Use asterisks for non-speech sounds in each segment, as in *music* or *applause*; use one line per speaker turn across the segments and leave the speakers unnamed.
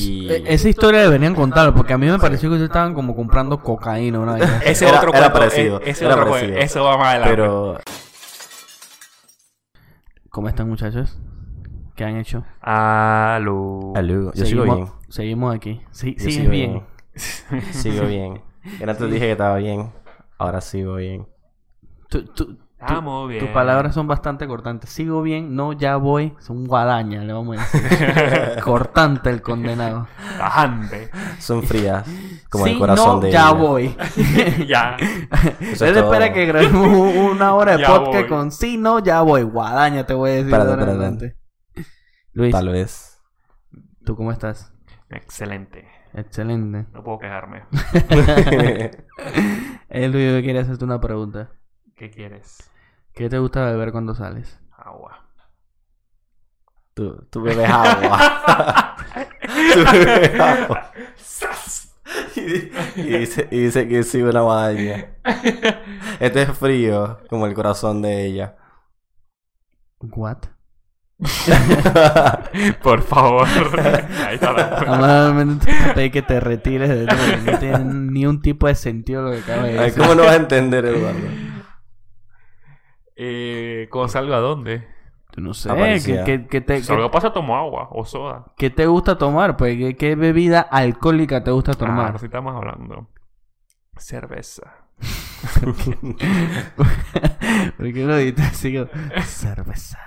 E-
Y
Esa historia deberían contar, porque a mí me pareció que ellos estaban como comprando cocaína. Una vaina
*laughs*
así.
ese
Era-
otro
era
cuento,
parecido,
e- Ese
era
otro
parecido.
cuento, Eso va más adelante.
Pero
¿Cómo están, muchachos? ¿Qué han hecho?
Aló.
Aló, yo sigo
seguimos,
bien.
seguimos aquí. Sí,
Yo
sigues
sigo
bien.
Sigo
*laughs*
bien. Yo antes dije que estaba bien. Ahora sigo bien.
Tú- tú- tú-
Estamos bien.
tus palabras son bastante cortantes. Sigo bien, no, ya voy. Es un guadaña, le vamos
*laughs*
a decir. Cortante el condenado.
Tajante.
Son frías. Como
Sí,
el corazón
no,
de
ya
ella.
voy. *laughs*
ya.
*laughs* Eso es
Él
todo.
espera que grabemos un- una hora de
Ya
podcast
voy.
con sí, no, ya voy. Guadaña, te voy a decir.
Espérate,
ahora en
espérate.
adelante. Luis,
Tal vez.
*laughs* ¿tú cómo estás?
Excelente.
Excelente.
No puedo quejarme.
Eh, Luis, yo quería hacerte una pregunta.
¿Qué quieres?
¿Qué te gusta beber cuando sales?
Agua.
tú, tú bebes agua. tú bebes agua.
¡Sas!
Y, di- y dice, y dice que sigo una guadaña. Este es frío, como el corazón de
*laughs*
ella.
What?
*laughs* Por favor. Ahí está la
Amablemente te voy a pedir que te retires de esto porque no tiene ni un tipo de sentido lo que acaba de
Ay,
decir.
¿Cómo no vas a entender, Eduardo?
eh, ¿Cómo salgo a dónde?
No sé,
Aparecía.
Eh, ¿qué, qué- qué te,
Salgo
qué,
a pasar tomo agua o soda.
qué te gusta tomar? Pues, ¿qué, qué bebida alcohólica te gusta
Ah,
tomar?
no sé, estamos hablando. Cerveza.
*laughs* ¿Por qué lo dijiste así? como, Cerveza.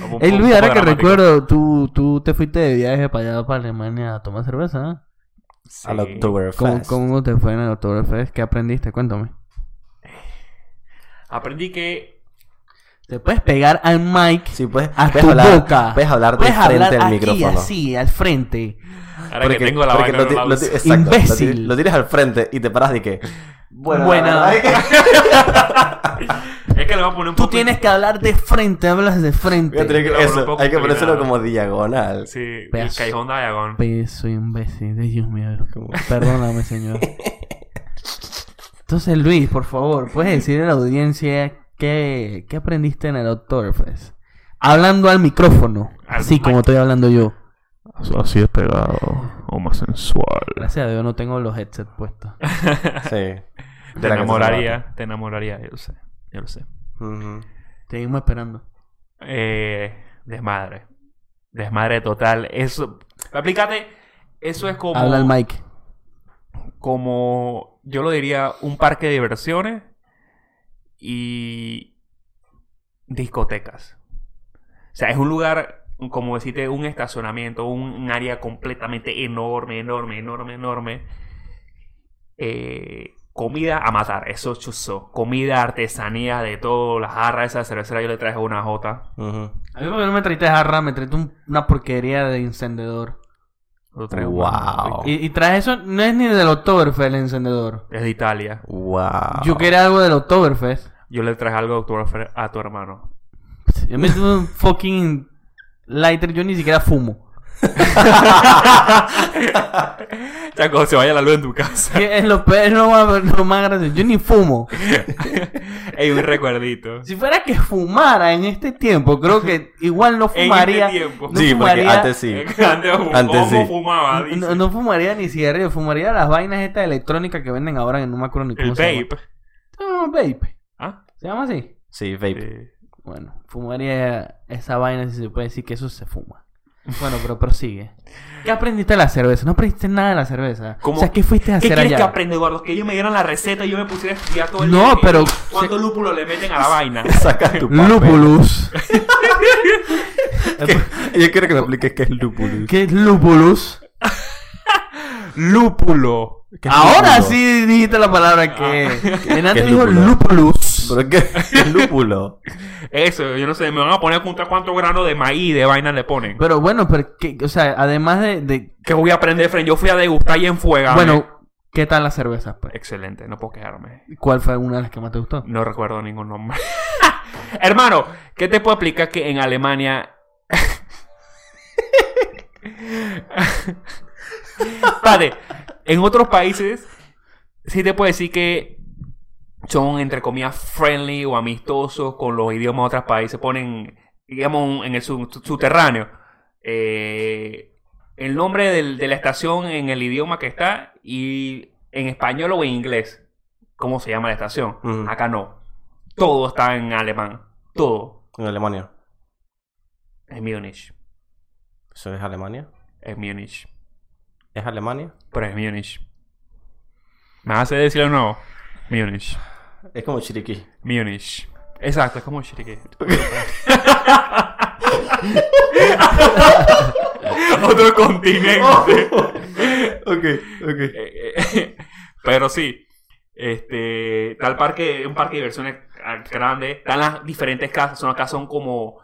Como un-
Ey,
un
Luis,
poco
ahora que
dramático.
recuerdo, tú, tú te fuiste de viaje para allá, para Alemania, a tomar cerveza, ¿no?
Sí.
Al
¿Cómo,
Oktoberfest.
¿Cómo te fue en el Oktoberfest? ¿Qué aprendiste? Cuéntame.
Aprendí que
Te puedes pegar al mic,
Sí, puedes,
a
puedes
tu
hablar,
boca.
puedes hablar de
puedes
frente
hablar
al
aquí,
micrófono.
así, al frente.
ahora que tengo la
porque
vaina
lo
no
ti-
la
lo ti-
uso.
exacto, lo ti-
Imbécil.
Lo, tiras al frente y te paras de que.
Buena.
la
*laughs*
verdad es que-
Es que le voy a poner un
Tú
poco-
tienes que hablar de frente, hablas de
voy a
frente.
tener que-
Lo abro un
eso,
poco
hay que
inclinado.
ponérselo como
*laughs*
diagonal.
Sí, el
Pedazo.
callejón de Ayagón.
Peso imbécil, Ay, Dios mío.
Como-
Perdóname,
*laughs*
señor. Entonces, Luis, por favor, ¿puedes decirle a la audiencia qué, qué aprendiste en el Oktoberfest? Hablando al micrófono,
Al
así
mic.
como estoy hablando yo.
Así es pegado o más sensual.
Gracias a Dios no tengo los headsets puestos.
Sí.
Te enamoraría, te enamoraría, yo lo sé, yo lo sé.
Ujú.
Seguimos esperando.
Eh, desmadre. Desmadre total. Eso, aplícate, eso es como...
Habla al mic.
como yo lo diría, un parque de diversiones y discotecas. O sea, es un lugar, como decirte, un estacionamiento, un, un área completamente enorme, enorme, enorme, enorme. Eh, comida a matar, eso chuzo. Comida, artesanía, de todo, las jarras, esa cervecera yo le traje una jota.
Ujú.
A mí porque no me traiste jarra, me traiste un- una porquería de encendedor.
Yo traje una jota,
Wow.
¿viste?
Y, y traes eso, no es ni del Oktoberfest el encendedor.
Es de Italia.
Wow.
Ah.
Yo quería algo del Oktoberfest.
Yo le traje algo de Oktoberfest a tu hermano. *laughs*
Yo me tuve un fucking lighter, yo ni siquiera fumo.
Ya cuando se vaya la luz en tu casa.
Que es lo peor, es lo más, lo más gracioso. Yo ni fumo.
*laughs* Ey, un recuerdito.
Si fuera que fumara en este tiempo, creo que igual no
*laughs* En
fumaría.
este tiempo.
no
sí, porque
fumaría-
antes sí.
*laughs* Antes, fu-
Antes
¿cómo
sí.
fumaba? Dice.
No, no fumaría ni cigarrillo, fumaría las vainas estas electrónicas que venden ahora en no me acuerdo ni
El
cómo se
vape.
llama. No, vape.
¿Ah? eh.
¿Se llama así?
Sí, vape.
Sí.
Bueno, fumaría esa vaina si se puede decir que eso se fuma. Bueno, pero prosigue. ¿Qué aprendiste de la cerveza? No aprendiste nada de la cerveza.
¿Cómo?
O sea, ¿qué fuiste a
¿Qué
hacer
quieres que
allá?
aprenda, Eduardo? Que ellos me dieran la receta y yo me pusiera a estudiar todo el
No,
día.
pero-
¿Cuánto lúpulo le meten a la vaina?
*laughs* Saca tu papel.
Lúpulus.
Yo quiero *laughs* que me expliques qué es lúpulo.
¿Qué es lúpulus?
Lúpulo.
¿Qué es
Ahora
lúpulo?
sí dijiste la palabra que... *laughs* En
¿Qué
antes
es
dijo
lúpulo?
lúpulus.
¿Pero qué qué es lúpulo?
Eso, yo no sé, me van a poner a contar cuántos granos de maíz de vaina le ponen.
Pero bueno, pero que, o sea, además de... de-
¿Qué voy a aprender, friend? Yo fui a degustar y enfuegarme.
bueno, ¿qué tal la cerveza? pues?
Excelente, no puedo quejarme.
¿Cuál fue una de las que más te gustó?
No recuerdo ningún nombre. *laughs* Hermano, ¿qué te puedo explicar que en Alemania... *laughs* Padre, en otros países sí te puedo decir que son, entre comillas, friendly o amistosos con los idiomas de otros países. Se ponen, digamos, un- en el sub- subterráneo. Eh, el nombre del- de la estación en el idioma que está y en español o en inglés. ¿Cómo se llama la estación?
Ujú.
Acá no. Todo está en alemán. Todo.
En Alemania.
Es Múnich.
¿Eso es Alemania?
Es Múnich.
¿Es Alemania?
Pero es Múnich. ¿Me hace decirlo de nuevo? Múnich.
Es como Chiriquí.
Múnich. Exacto, es como Shiriki. *laughs* Otro continente.
*laughs* ok, ok.
Eh, eh, *laughs* Pero sí, este, está el parque, un parque de diversiones grande. Están las diferentes casas, son acá son como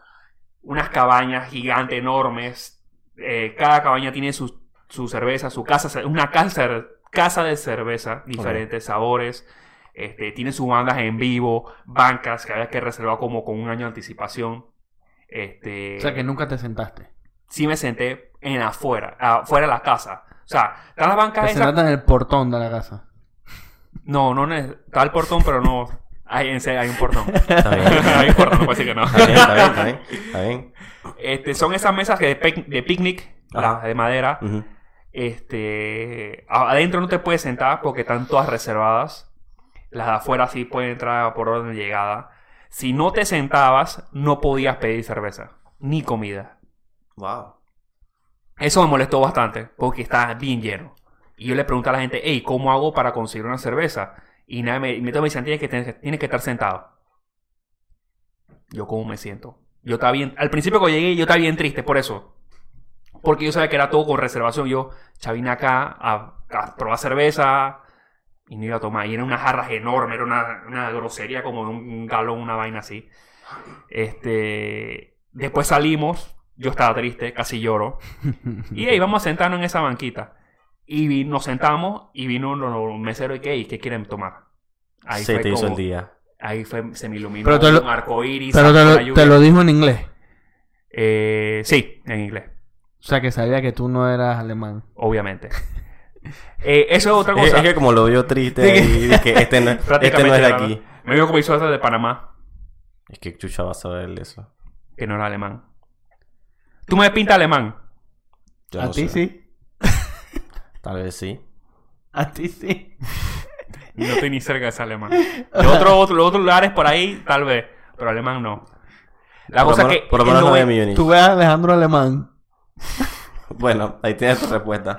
unas cabañas gigantes, enormes. Eh, cada cabaña tiene su, su cerveza, su casa, una casa, casa de cerveza, diferentes sabores. Este, tiene sus bandas en vivo, bancas que había que reservar como con un año de anticipación. Este,
O sea que nunca te sentaste.
sí me senté en afuera, afuera de la casa. O sea, están las bancas
Te
Pues
esas-
sentaste en el portón de la casa.
no, no ne- está el portón, pero no. Hay, en serio, hay un portón.
Está
*laughs*
bien.
hay un portón, no puede ser que no.
Está bien, está bien, está bien. Está bien.
Este, son esas mesas que de, pic- de picnic,
Ajá.
las de madera.
Ujú.
Este, a- adentro no te puedes sentar porque están todas reservadas. Las de afuera sí pueden entrar por orden de llegada. Si no te sentabas, no podías pedir cerveza ni comida.
Wow.
Eso me molestó bastante porque estaba bien lleno. Y yo le pregunté a la gente, hey, ¿cómo hago para conseguir una cerveza? Y nada, me, y me dicen, tienes que, tener- tienes que estar sentado. Yo, ¿cómo me siento? Yo estaba bien. Al principio cuando llegué, yo estaba bien triste por eso. Porque yo sabía que era todo con reservación. Yo, chavina acá a, a probar cerveza y no iba a tomar. Y eran unas jarras enormes, era una, una grosería como un, un galón, una vaina así. Este. Después salimos. Yo estaba triste, casi lloro. Y ahí vamos a sentarnos en esa banquita. Y vi- nos sentamos y vino los meseros y que, "Ey, ¿qué quieren tomar? Ahí
Se
fue
te hizo
como-
el día.
Ahí fue, se me iluminó
Pero te lo-
un arco iris.
Pero te lo, te lo dijo en inglés.
Eh, sí, en inglés,
O sea que sabía que tú no eras alemán. *laughs*
obviamente. Eh, eso es otra
Es,
cosa.
es que como lo vio triste y dije, este no, este no es de
*laughs* Prácticamente
aquí.
era- Me vio con mis suéter de Panamá,
Es que chucha va a saber eso.
que no era alemán. Tú me pinta alemán.
Yo
a
no sé.
ti sí.
Tal vez sí.
A ti sí.
No estoy ni cerca de ese alemán. De otro, otro, los otros lugares por ahí, tal vez. Pero alemán no. La
por
cosa
lo
es
menos,
que.
por lo
el
menos no de
noven-
Múnich.
Tú ves a Alejandro Alemán.
*laughs* Bueno, ahí tienes tu respuesta.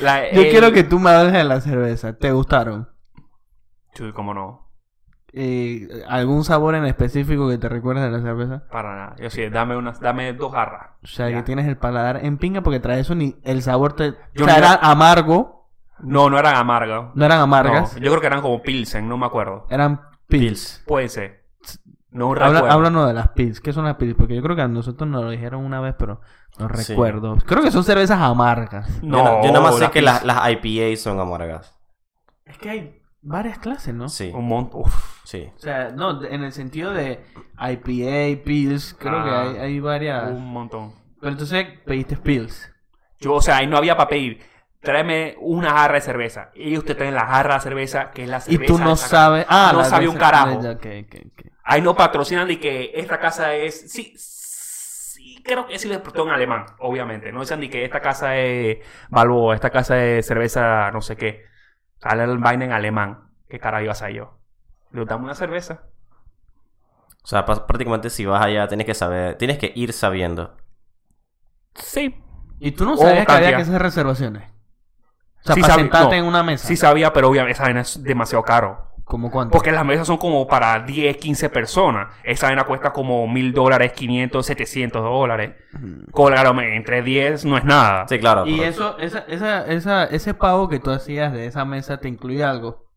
la-
Yo
el-
quiero que tú me hables de la cerveza. ¿Te gustaron?
Chuy, cómo no.
Eh, ¿Algún sabor en específico que te recuerdes de la cerveza?
Para nada. Yo sí, dame, unas, dame dos garras.
O sea,
Ya.
que tienes el paladar en pinga porque trae eso ni el sabor te... o
Yo
sea,
no-
era amargo.
No, no eran amargas.
No eran amargas.
No, yo creo que eran como Pilsen, no me acuerdo.
Eran pils.
Puede ser. No
Habla-
recuerdo.
háblanos de las pils. ¿Qué son las pils? Porque yo creo que a nosotros nos lo dijeron una vez, pero no
Sí.
recuerdo. Creo que son cervezas amargas.
*laughs* No,
yo, na- yo nada más sé
las
que
Pils-
las, las IPA son amargas.
Es que hay varias clases, ¿no?
Sí,
Un montón. Uf.
sí.
O sea, no, de- en el sentido de IPA, Pills, creo
Ah.
que hay, hay varias.
Un montón.
Pero entonces pediste Pills.
Yo, o sea, ahí no había para pedir. Tráeme una jarra de cerveza. Y usted trae la jarra de cerveza, que es la cerveza.
y tú no
esa-
sabes. Ah,
No
la
sabe
de-
un carajo.
ya, ok, ok, ok.
Ahí no patrocinan y que esta casa es. Sí, sí, creo que sí lo explotó en alemán, obviamente. No dicen ni que esta casa es Balboa, esta casa es cerveza, no sé qué. Sale el vaina en alemán. ¿Qué cara iba a ser yo? Le damos una cerveza.
O sea, pas- prácticamente si vas allá tienes que saber, tienes que ir sabiendo.
Sí.
Y tú no
O
sabías que había
cantidad.
que hacer reservaciones. O sea,
Oh, ah, Sí
para
sabe-
sentarte
no.
en una mesa.
Sí sabía, pero obviamente esa vaina es demasiado caro.
¿Como cuánto?
Porque las mesas son como para 10, 15 personas. Esa vaina cuesta como mil dólares, 500, 700 dólares. Claro, entre 10 no es nada.
Sí, claro.
Y
pero-
eso, esa, esa, esa, ese pago que tú hacías de esa mesa te incluía algo.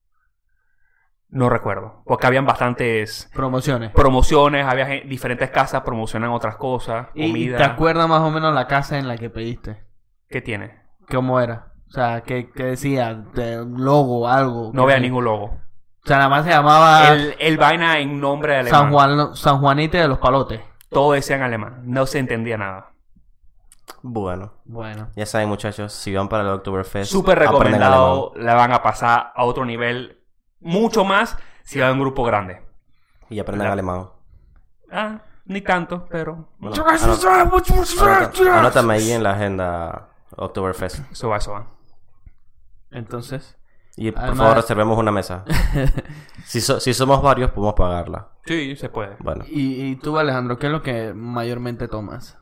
No recuerdo. Porque habían bastantes
Promociones.
promociones, había gen- diferentes casas promocionan otras cosas,
Y- Y
comida.
te acuerdas más o menos la casa en la que pediste.
¿Qué tiene?
¿Cómo era? O sea, ¿qué, qué decía? De- un logo, algo.
No
¿Qué
vea
sé?
ningún logo.
O sea, nada más se llamaba
el, el vaina en nombre de alemán.
Ah. San, Juan, San Juanite de los Palotes.
Todo decía en alemán. No se entendía nada.
Bueno,
Bueno.
ya saben muchachos, si van para el Oktoberfest,
Súper
aprendan
recomendado. La van a pasar a otro nivel. Mucho más si va a un grupo grande.
alemán y aprendan
Ya.
alemán.
Ah, Ni tanto, pero.
Bueno, Anota- Anótame ahí en la agenda Oktoberfest.
Eso va, eso va.
Entonces,
Y por
Además-
favor, reservemos una
*laughs*
mesa. Si, so- si somos varios, podemos pagarla.
Sí, se puede.
Bueno.
y, y tú, Alejandro, ¿qué es lo que mayormente tomas?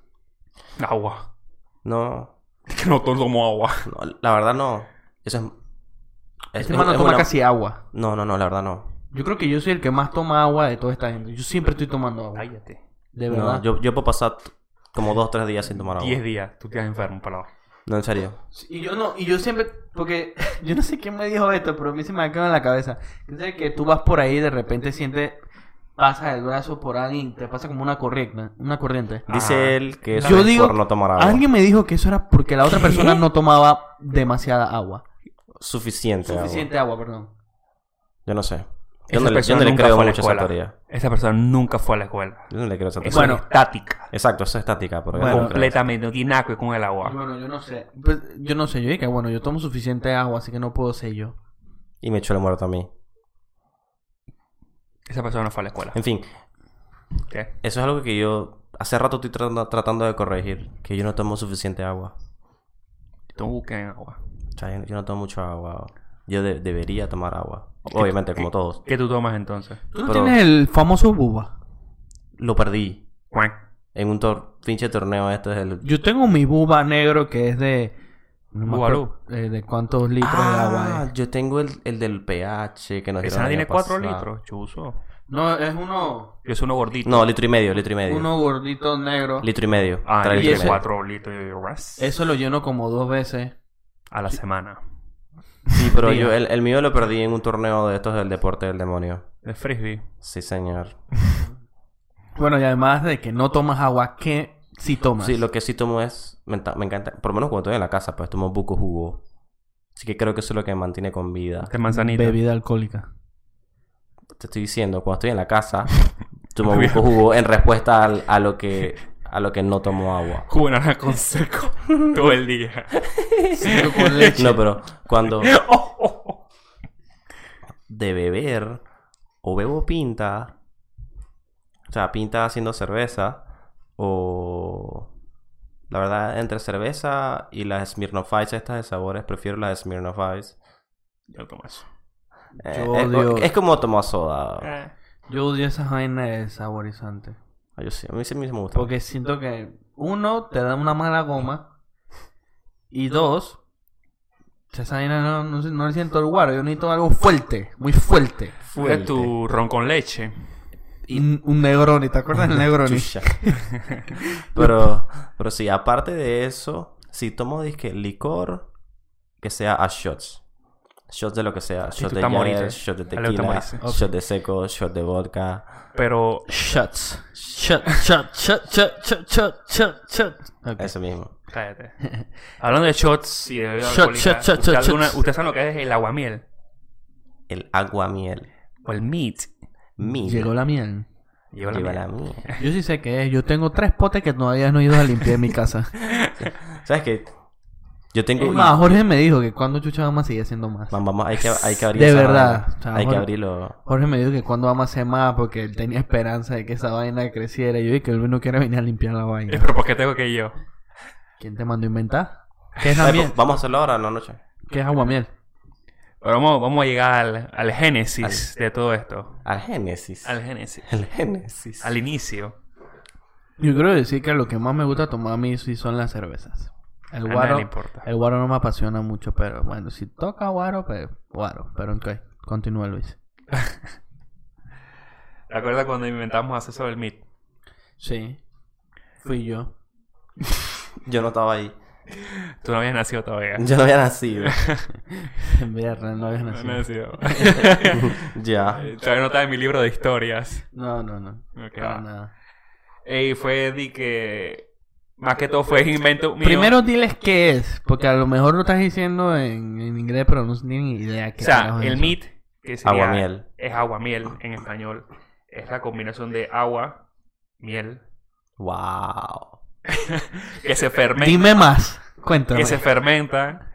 Agua. *laughs*
No,
Es que no todos tomo agua.
no, la verdad no. Eso es... es-
Este
es-
man no
es
toma
una-
casi agua.
No, no, no, la verdad no.
Yo creo que yo soy el que más toma agua de toda esta gente. Yo siempre estoy tomando agua.
Cállate.
De
No,
verdad.
yo, yo puedo pasar t- como dos, tres días sin tomar agua.
Diez días, tú quedas enfermo, palabra.
No, en serio.
Y yo no, y yo siempre, porque *laughs* yo no sé quién me dijo esto, pero a mí se me ha quedado en la cabeza. Que sabes que tú vas por ahí y de repente sientes, pasas el brazo por alguien y te pasa como una corriente, una corriente.
Dice
Ajá.
él que eso
Ah. Yo
es
digo-
por no tomar agua.
Alguien me dijo que eso era porque la otra persona no tomaba demasiada agua.
Suficiente, agua.
Suficiente agua, perdón.
Yo no sé. Yo
Esa
no, le- yo
persona
no le
nunca
creo
fue a la
mucho esa
escuela.
teoría.
Esa persona nunca fue a la escuela.
Yo no le creo esa teoría.
Eso es estática.
Exacto, eso es estática. Pero yo
Bueno,
no creo.
completamente. No tiene nada que ver con el agua.
Bueno, yo no sé. Pues, yo no sé, yo dije, bueno, yo tomo suficiente agua, así que no puedo ser yo.
Y me echó el muerto a mí.
Esa persona no fue a la escuela.
En fin,
¿Qué?
eso es algo que yo hace rato estoy tratando, tratando de corregir. Que yo no tomo suficiente agua.
Tú busquen agua.
O sea, yo, yo no tomo mucha agua. Yo de- debería tomar agua. Obviamente,
eh,
como todos.
¿Qué tú tomas entonces?
¿Tú no
Pero-
tienes el famoso buba?
Lo perdí
Cuac.
en un tor- pinche torneo. Este es el...
Yo tengo mi buba negro que es de... No me
Buba
acuerdo, eh, de cuántos litros de agua eh. es.
Ah, yo tengo el, el del pH que nos dieron
Esa no
el
tiene
año
4
pasado.
litros, chuzo.
No, es uno,
Yo soy uno gordito.
No, litro y medio, litro y medio.
uno gordito negro.
Litro y medio.
Ah,
Trae litro
y
y
tiene
ese-
medio.
4 litros de ras
Eso lo lleno como dos veces.
a la semana.
Sí, pero yo, eh.
Diga.
el, el mío lo perdí en un torneo de estos del deporte del demonio.
De frisbee.
Sí, señor.
Bueno, y además de que no tomas agua, ¿qué si tomas?
Sí, lo que sí tomo es. Me, enta- me encanta. Por lo menos cuando estoy en la casa, pues tomo buco jugo. Así que creo que eso es lo que me mantiene con vida.
De manzanita.
Bebida alcohólica.
Te estoy diciendo, cuando estoy en la casa, tomo buco jugo en respuesta al- a lo que a lo que no tomo
*laughs*
agua.
Jugo de naranja
*laughs*
con seco. todo el día.
Cinco
*laughs*
con leche.
No, pero cuando
*laughs* Oh, oh, oh.
de beber o bebo pinta, o sea, pinta haciendo cerveza o la verdad entre cerveza y las Smirnoff Ice estas de sabores prefiero las Smirnoff Ice.
Yo no tomo eso.
Eh,
Yo
es,
odio-
es como tomar soda.
Ah.
Eh.
Yo odio esas vainas de saborizantes.
Ay, Ah, Yo sí, a mí sí me gusta.
Porque siento que, uno, te da una mala goma. Y dos, esa vaina no, no, sé- no le siento el guaro. Yo necesito algo fuerte, muy fuerte.
Fuera tu ron con leche.
Y un, un negroni, ¿te acuerdas *laughs* del negroni?
Chucha. *laughs* pero, pero sí, aparte de eso, si tomo disque licor, que sea a shots. Shots de lo que sea,
Sí,
shot
tú
de
tamarices.
Jaeger, shot de
A lo
tequila,
tamarices.
shot de seco, shot de vodka.
Pero
Shots. Shot, shot, shot, shot, shot, shot, shot, shot. Ok.
Eso mismo.
*laughs*
Cállate. Hablando de shots y de bebida
Shot,
alcohólica,
shot, shot,
¿usted
shot,
alguna-
shots.
¿Usted sabe lo que es el aguamiel?
El aguamiel.
O el meat.
Miel.
Llegó la miel.
Lleva
Llegó la
miel.
miel.
Yo sí sé qué es. Yo tengo tres potes que todavía no he ido a limpiar en mi *laughs* casa.
¿Sabes qué? Yo tengo...
Es más, Jorge me dijo que cuando chucha vamos a seguir haciendo más.
Vamos, vamos, hay que, hay que abrir
De
esa
verdad,
vaina.
chaval.
Hay que abrirlo.
Jorge me dijo que cuando vamos a hacer más porque él tenía esperanza de que esa vaina creciera. Y yo dije que él no quiere venir a limpiar la
Eh,
vaina.
*laughs* Pero ¿por qué tengo que yo?
¿Quién te mandó a inventar? ¿Qué es la
Ay,
miel?
pues, Vamos a hacerlo ahora en la noche.
¿Qué es agua miel?
Ahora vamos, vamos a llegar al, al génesis de todo esto.
Al Génesis.
Al génesis.
El Génesis.
Al inicio.
Yo quiero decir que lo que más me gusta tomar a mí sí son las cervezas. El
A
guaro,
nadie le importa.
el guaro no me apasiona mucho, pero bueno, si toca guaro, pues guaro. Pero ok, continúa Luis.
¿Te acuerdas cuando inventamos hacer sobre el meat?
Sí, fui yo. *laughs*
Yo no estaba ahí.
Tú no habías nacido todavía.
Yo no había *laughs* nacido.
En viernes, no habías nacido.
No
*laughs*
habías nacido. *laughs*
ya.
todavía no estaba en mi libro de historias.
No, no, no.
Ok,
Para
va.
nada.
Y fue de que... Más que todo fue invento mío.
Primero diles qué es, porque a lo mejor lo estás diciendo en, en inglés, pero no tienen ni idea
O
qué
sea,
carajo es
el
eso.
meat, que sería...
Aguamiel.
Es agua miel en español. Es la combinación de agua, miel,
Wow.
que se fermenta,
Dime más, cuéntame.
que se fermenta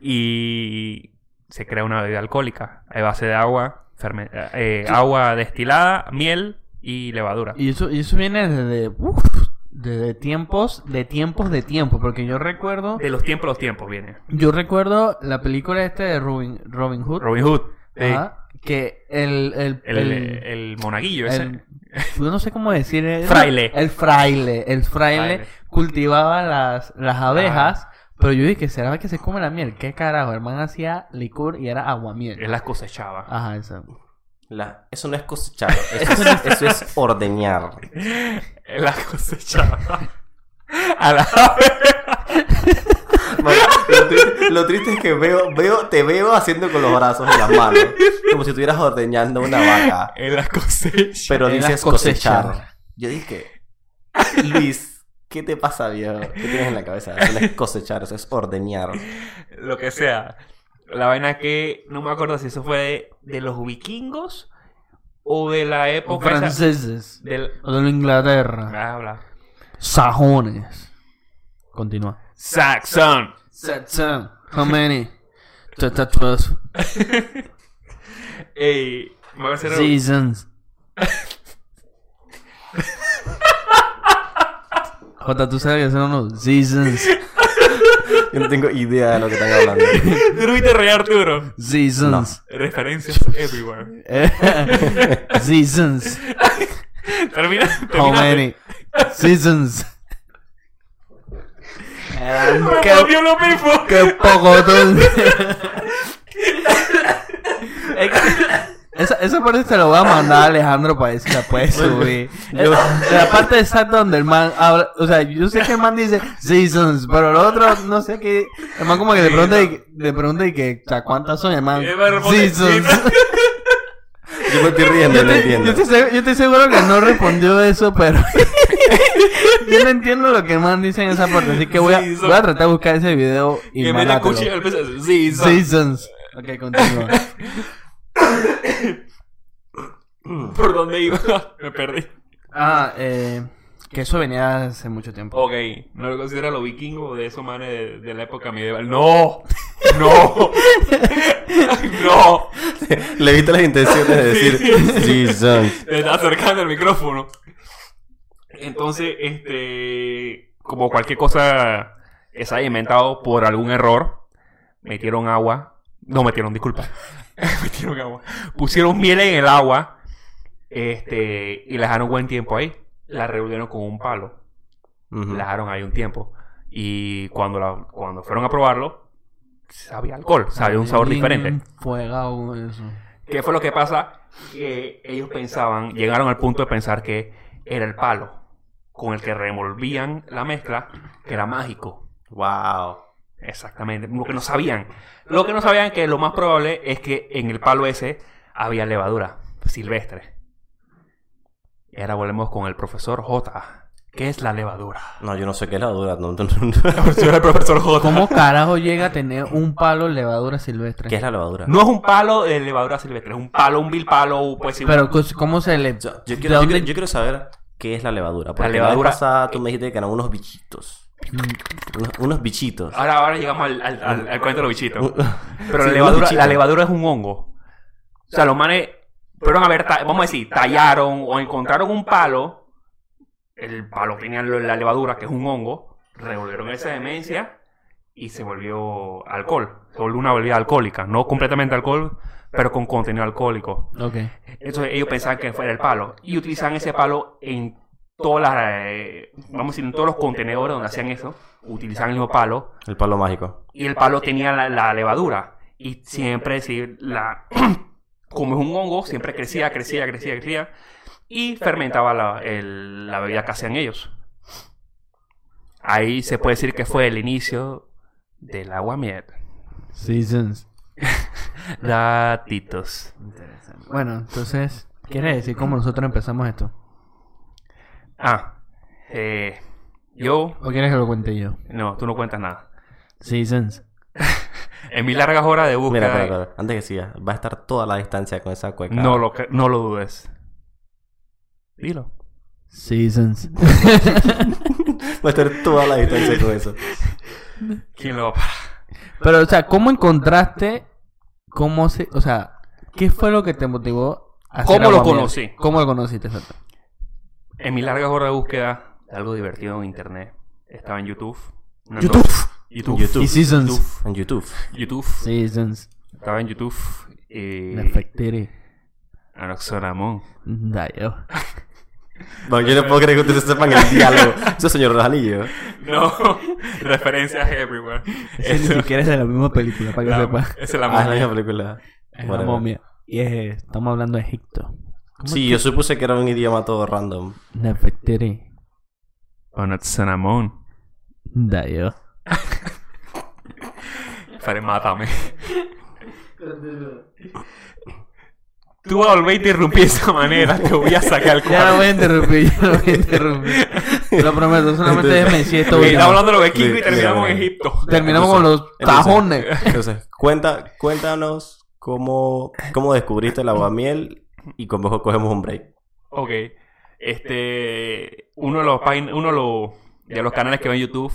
y se crea una bebida alcohólica. A base de agua, ferme- eh, agua eh, destilada, miel y levadura.
Y eso, y eso viene desde, uf, desde tiempos, de tiempos, de tiempos. Porque yo recuerdo,
De los tiempos, los tiempos viene.
yo recuerdo la película esta de Robin, Robin Hood.
Robin Hood. sí.
Ajá, que el, el,
El, eh,
el-
el- el monaguillo ese.
el- yo no sé cómo decir el
Fraile.
El fraile. El fraile,
Fraile.
cultivaba las, las abejas. Pero yo dije, ¿será que se come la miel? ¿Qué carajo? El man hacía licor y era aguamiel.
Él las cosechaba.
Ajá, eso.
La- eso no es *laughs* cosechar, eso es, eso es ordeñar.
*laughs* Él las cosechaba. *laughs*
*laughs*
A la vez.
Bueno, lo, triste, lo triste es que veo, veo, te veo haciendo con los brazos y las manos, como si estuvieras ordeñando una vaca,
Él las cosecha.
pero
Era
dices
cosechar.
cosechar. Yo dije, Luis, ¿qué te pasa, viejo? ¿Qué tienes en la cabeza? Eso no es cosechar, eso es ordeñar.
Lo que sea. La vaina que no me acuerdo si eso fue de, de los vikingos o de la
O
época. esa-
franceses.
del-
O de Inglaterra.
Ah, habla.
Sajones. Continúa.
Saxon.
Saxon. How many? Ta- ta- twelve
Ey, me voy a hacer *laughs*
Seasons. Jota, tú sabes que son unos seasons.
Yo no tengo idea de lo que están hablando.
Tuviste rey Arturo.
Seasons. *laughs*
Referencias everywhere.
seasons. *laughs*
Termina.
How
termina- *laughs*
many? Seasons.
Me
qué,
volvió lo mismo. *laughs*
qué poco tú. Es que- Esa, esa parte se la voy a mandar a Alejandro para decir la puedes
Pues,
subir.
Yo-
Es- la parte exacta donde el man habla. O sea, yo sé que el man dice seasons, pero el otro no sé qué. El man, como que le pregunta y, que- le pregunta y que, o sea, ¿cuántas son? El man,
Y el man responde,
seasons.
"Seasons".
Yo me estoy riendo,
Yo,
no
te-
entiendo.
yo estoy seguro, yo estoy seguro que no respondió eso, pero *laughs* yo no entiendo lo que el man dice en esa parte, así que voy a,
Sí, son-
voy a tratar de buscar ese video *laughs* y
Que me la
mandártelo.
cuchilla al peso. Sí, son-
Seasons. Ok, continúa.
Mm. ¿Por dónde iba? *laughs* me perdí.
Ah, eh, que eso venía hace mucho tiempo.
Ok, no lo considera lo vikingo de esos manes de, de la época medieval. ¡No! ¡No! *laughs* ¡No!
*laughs* Le viste las intenciones de decir
Sí.
seasons.
Te está acercando el micrófono. Entonces, este. Como cualquier cosa que se haya inventado por algún error, metieron agua. No metieron, disculpa. *laughs* metieron agua. Pusieron miel en el agua. Este. Y la dejaron buen tiempo ahí. La revolvieron con un palo.
Ujú.
La dejaron ahí un tiempo. Y cuando, la- cuando fueron a probarlo, sabía alcohol, sabía un sabor
Bien
diferente.
Fuegado eso.
¿Qué fue lo que pasa? Que ellos pensaban, llegaron al punto de pensar que era el palo con el que revolvían la mezcla, que era mágico.
Wow.
Exactamente, lo que no sabían. Lo que no sabían que lo más probable es que en el palo ese había levadura silvestre. Y ahora volvemos con el profesor J. ¿Qué es la levadura?
No, yo no sé qué es la duda. no, no,
*laughs*
no.
El profesor J.
¿Cómo carajo llega a tener un palo levadura silvestre?
¿Qué es la levadura?
No es un palo de levadura silvestre, es un palo, un vil palo, o pues sí,
Pero cos- ¿cómo se le...
Yo, yo
¿de
quiero, yo,
dónde-
quiero, yo quiero saber qué es la levadura. Porque la
levadura- eh,
levadura. Vez pasada tú me dijiste que eran unos bichitos.
Mm,
Unos, unos bichitos.
Ahora, ahora llegamos al, al- al- al cuento de
*laughs*
los bichitos. Pero
Sí,
la, levadura,
unos bichitos.
la levadura es un hongo. O sea, los manes fueron a ver, ta- vamos a decir, tallaron o encontraron un palo. El palo tenía lo- la levadura, que es un hongo. Revolvieron esa demencia y se volvió alcohol. Se volvió una bebida alcohólica. No completamente alcohol, pero con contenido alcohólico.
Ok.
Entonces ellos pensaban que fuera el palo. Y utilizaban ese palo en todas las, eh, vamos a decir, en todos los contenedores donde hacían eso. Utilizaban el mismo palo.
El palo mágico.
Y el palo tenía la, la levadura. Y siempre, si la, *clears throat* como es un hongo, siempre crecía, crecía, crecía, crecía. Y fermentaba la, el- la bebida que hacían ellos. Ahí se puede decir que fue el inicio del agua miel.
Seasons.
Datitos.
Bueno, entonces, ¿quieres decir cómo nosotros empezamos esto?
Ah, eh, yo...
¿O quieres que lo cuente yo?
No, tú no cuentas nada.
Seasons.
En mis largas horas de
Mira,
búsqueda.
espera, espera. Antes que siga, va a estar toda la distancia con esa cueca.
No, lo, cre- no lo dudes. Dilo.
Seasons.
Va a estar toda la distancia con
*laughs*
eso.
¿Quién lo
*laughs* Pero, o sea, ¿cómo encontraste cómo se... O sea, ¿qué fue lo que te motivó a hacer
¿Cómo lo
Aguamiel?
conocí?
¿Cómo lo conociste, exacto?
En mi larga hora de búsqueda de algo divertido en internet, estaba en YouTube. Una
YouTube.
noche- YouTube.
YouTube.
Y Seasons.
YouTube.
En YouTube.
YouTube.
Seasons.
Estaba en YouTube. eh, Y.
Nefectiri.
Anoxonamón.
Dayo.
No, yo no puedo creer que ustedes sepan el
*laughs*
diálogo. Eso, señor Rosalillo.
*laughs* No, *laughs* referencias everywhere.
Ese ni
Eso-
siquiera es de la misma película, para que
la-
sepa.
esa es la
Ah, es la misma
momia.
película.
Es la
Whatever.
momia. Y es- estamos hablando de Egipto.
Sí, yo supuse que era un idioma todo random.
Nefectiri.
Anoxonamón.
Dayo.
Fare, mátame. Tú vas a volver a interrumpir de esa manera. Te voy a sacar el
Ya no
cuadro.
voy a interrumpir, ya no voy a interrumpir. Te Lo prometo, solamente
Entonces-
déjame decir esto.
Ok,
último.
Estamos hablando de los vikingos y
Sí,
terminamos
sí,
en
sí.
Egipto.
Terminamos con los
Entonces-
tajones.
Entonces, cuenta, cuéntanos cómo, cómo descubriste la aguamiel y cómo cogemos un break.
Ok. Este. Uno de los, pain- uno de los, de los canales que veo en YouTube.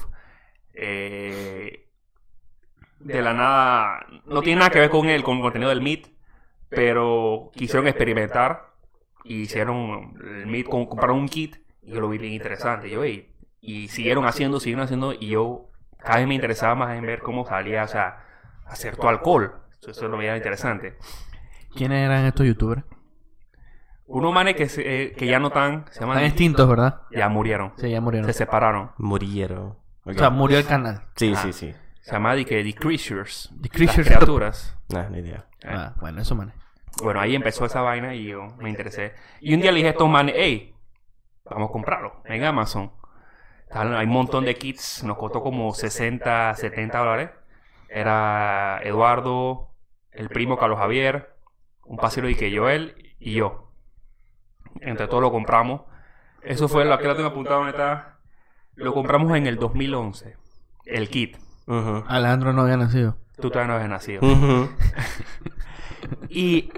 eh, de la nada. No tiene nada que ver con el, con el contenido del Meet. Pero quisieron experimentar. Y hicieron el Meet. con- Compraron un kit. Y yo lo vi bien interesante. Yo, "Ey". Y siguieron haciendo, siguieron haciendo. Y yo cada vez me interesaba más en ver cómo salía. O sea, hacer tu alcohol. Eso, eso lo veía interesante.
¿Quiénes eran estos youtubers?
Unos manes que, se- eh, que ya no están. Se
Están
llaman.
extintos, ¿verdad?
Ya murieron.
Sí, ya murieron.
Se separaron.
Murieron.
O sea, murió el canal.
Sí,
Ah.
sí, sí.
Se llama de que The Creatures.
The Creatures.
Las criaturas.
No, ni idea.
Ah, bueno, eso, man.
Bueno, ahí empezó esa vaina y yo me interesé. Y un día le dije a estos manes, hey, vamos a comprarlo en Amazon. Estaban- Hay un montón de kits, nos costó como 60, 70 dólares. Era Eduardo, el primo Carlos Javier, un pasero y que Joel y yo. Entre todos lo compramos. Eso fue lo que la tengo apuntado, neta. Lo compramos en el 2011, el kit.
Ujú.
Alejandro no había nacido.
Tú todavía no habías
*laughs*
nacido.
Ujú.
Y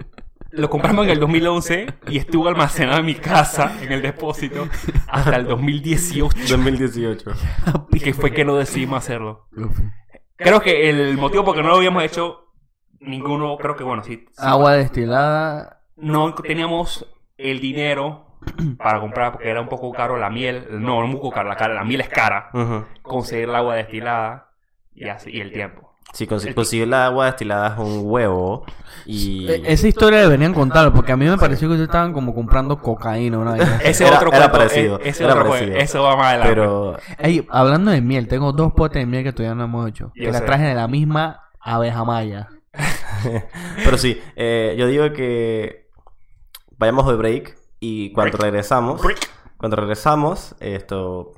lo compramos en el 2011 y estuvo almacenado en mi casa, en el depósito, hasta el 2018,
2018.
que fue que no decidimos hacerlo. Creo que el motivo por que no lo habíamos hecho, ninguno, creo que bueno, sí, sí,
Agua destilada.
no teníamos el dinero para comprar, porque era un poco caro la miel, no, no muy caro, la, cara, la miel es cara,
Ujú.
conseguir el agua destilada y, así, y el tiempo.
Si consi- consigues la agua destilada es un huevo y...
E- Esa historia deberían contarla porque a mí me pareció que ustedes estaban como comprando cocaína. Una vaina
*laughs*
así.
Ese
Era-
otro
era
cuento,
parecido,
e- ese
era
otro cuento,
parecido.
eso va más adelante.
Pero
Ey, hablando de miel, tengo dos potes de miel que todavía no hemos hecho.
Yo
Que la
sé.
traje de la misma abeja maya.
Pero sí, eh, yo digo que vayamos de break y cuando
Break.
regresamos, cuando regresamos, esto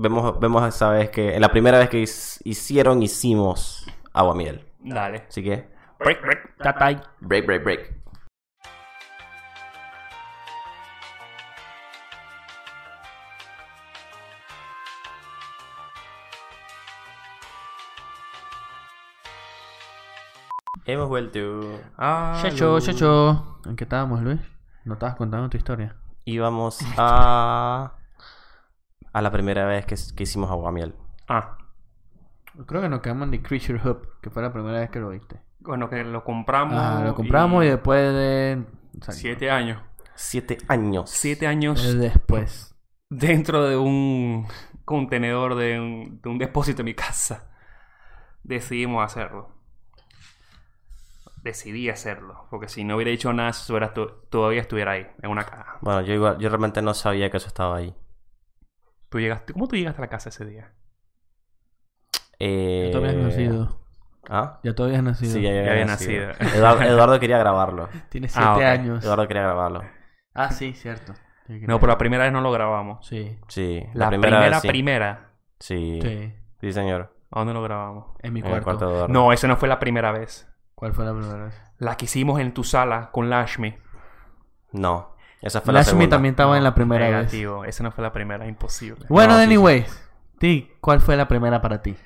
vemos vemos esa vez que en la primera vez que his- hicieron hicimos agua miel.
Dale.
Así que
Break, break.
Tatay.
break break break. Hemos vuelto.
Checho, checho. ¿En qué estábamos, Luis? No estabas contando tu historia.
Y vamos a. A la primera vez que, que hicimos aguamiel.
Ah,
Creo que nos quedamos en The Creature Hub, que fue la primera vez que lo viste.
bueno, que lo compramos.
Ah, lo compramos y, después de.
Siete años.
Siete años.
Siete años
Después.
dentro de un contenedor de un, de un depósito en mi casa. Decidimos hacerlo. Decidí hacerlo. Porque si no hubiera dicho nada, eso hubiera estu- todavía estuviera ahí, en una caja.
Bueno, yo igual, yo realmente no sabía que eso estaba ahí.
Tú llegaste, ¿Cómo tú llegaste a la casa ese día?
Eh...
Ya tú habías nacido.
¿Ah?
Ya tú habías nacido.
Sí, ya,
Ya
había,
había
nacido.
nacido. *laughs*
Eduardo, Eduardo quería grabarlo.
Tiene siete
Ah, ok.
años.
Eduardo quería grabarlo.
Ah, sí, cierto.
No, pero la primera vez no lo grabamos.
Sí,
Sí.
La, primera, primera,
vez, sí. Sí.
sí.
sí. señor.
¿A dónde lo grabamos?
En mi
En el
cuarto.
cuarto de Eduardo.
No, esa no fue la primera vez.
¿Cuál fue la primera vez?
La que hicimos en tu sala con Lashmi.
No. Esa fue la
Lashmi
segunda.
también estaba en la primera vez.
Negativo. Esa no fue la primera, imposible.
Bueno,
No, sí, sí.
anyways. Ti, ¿cuál fue la primera para ti?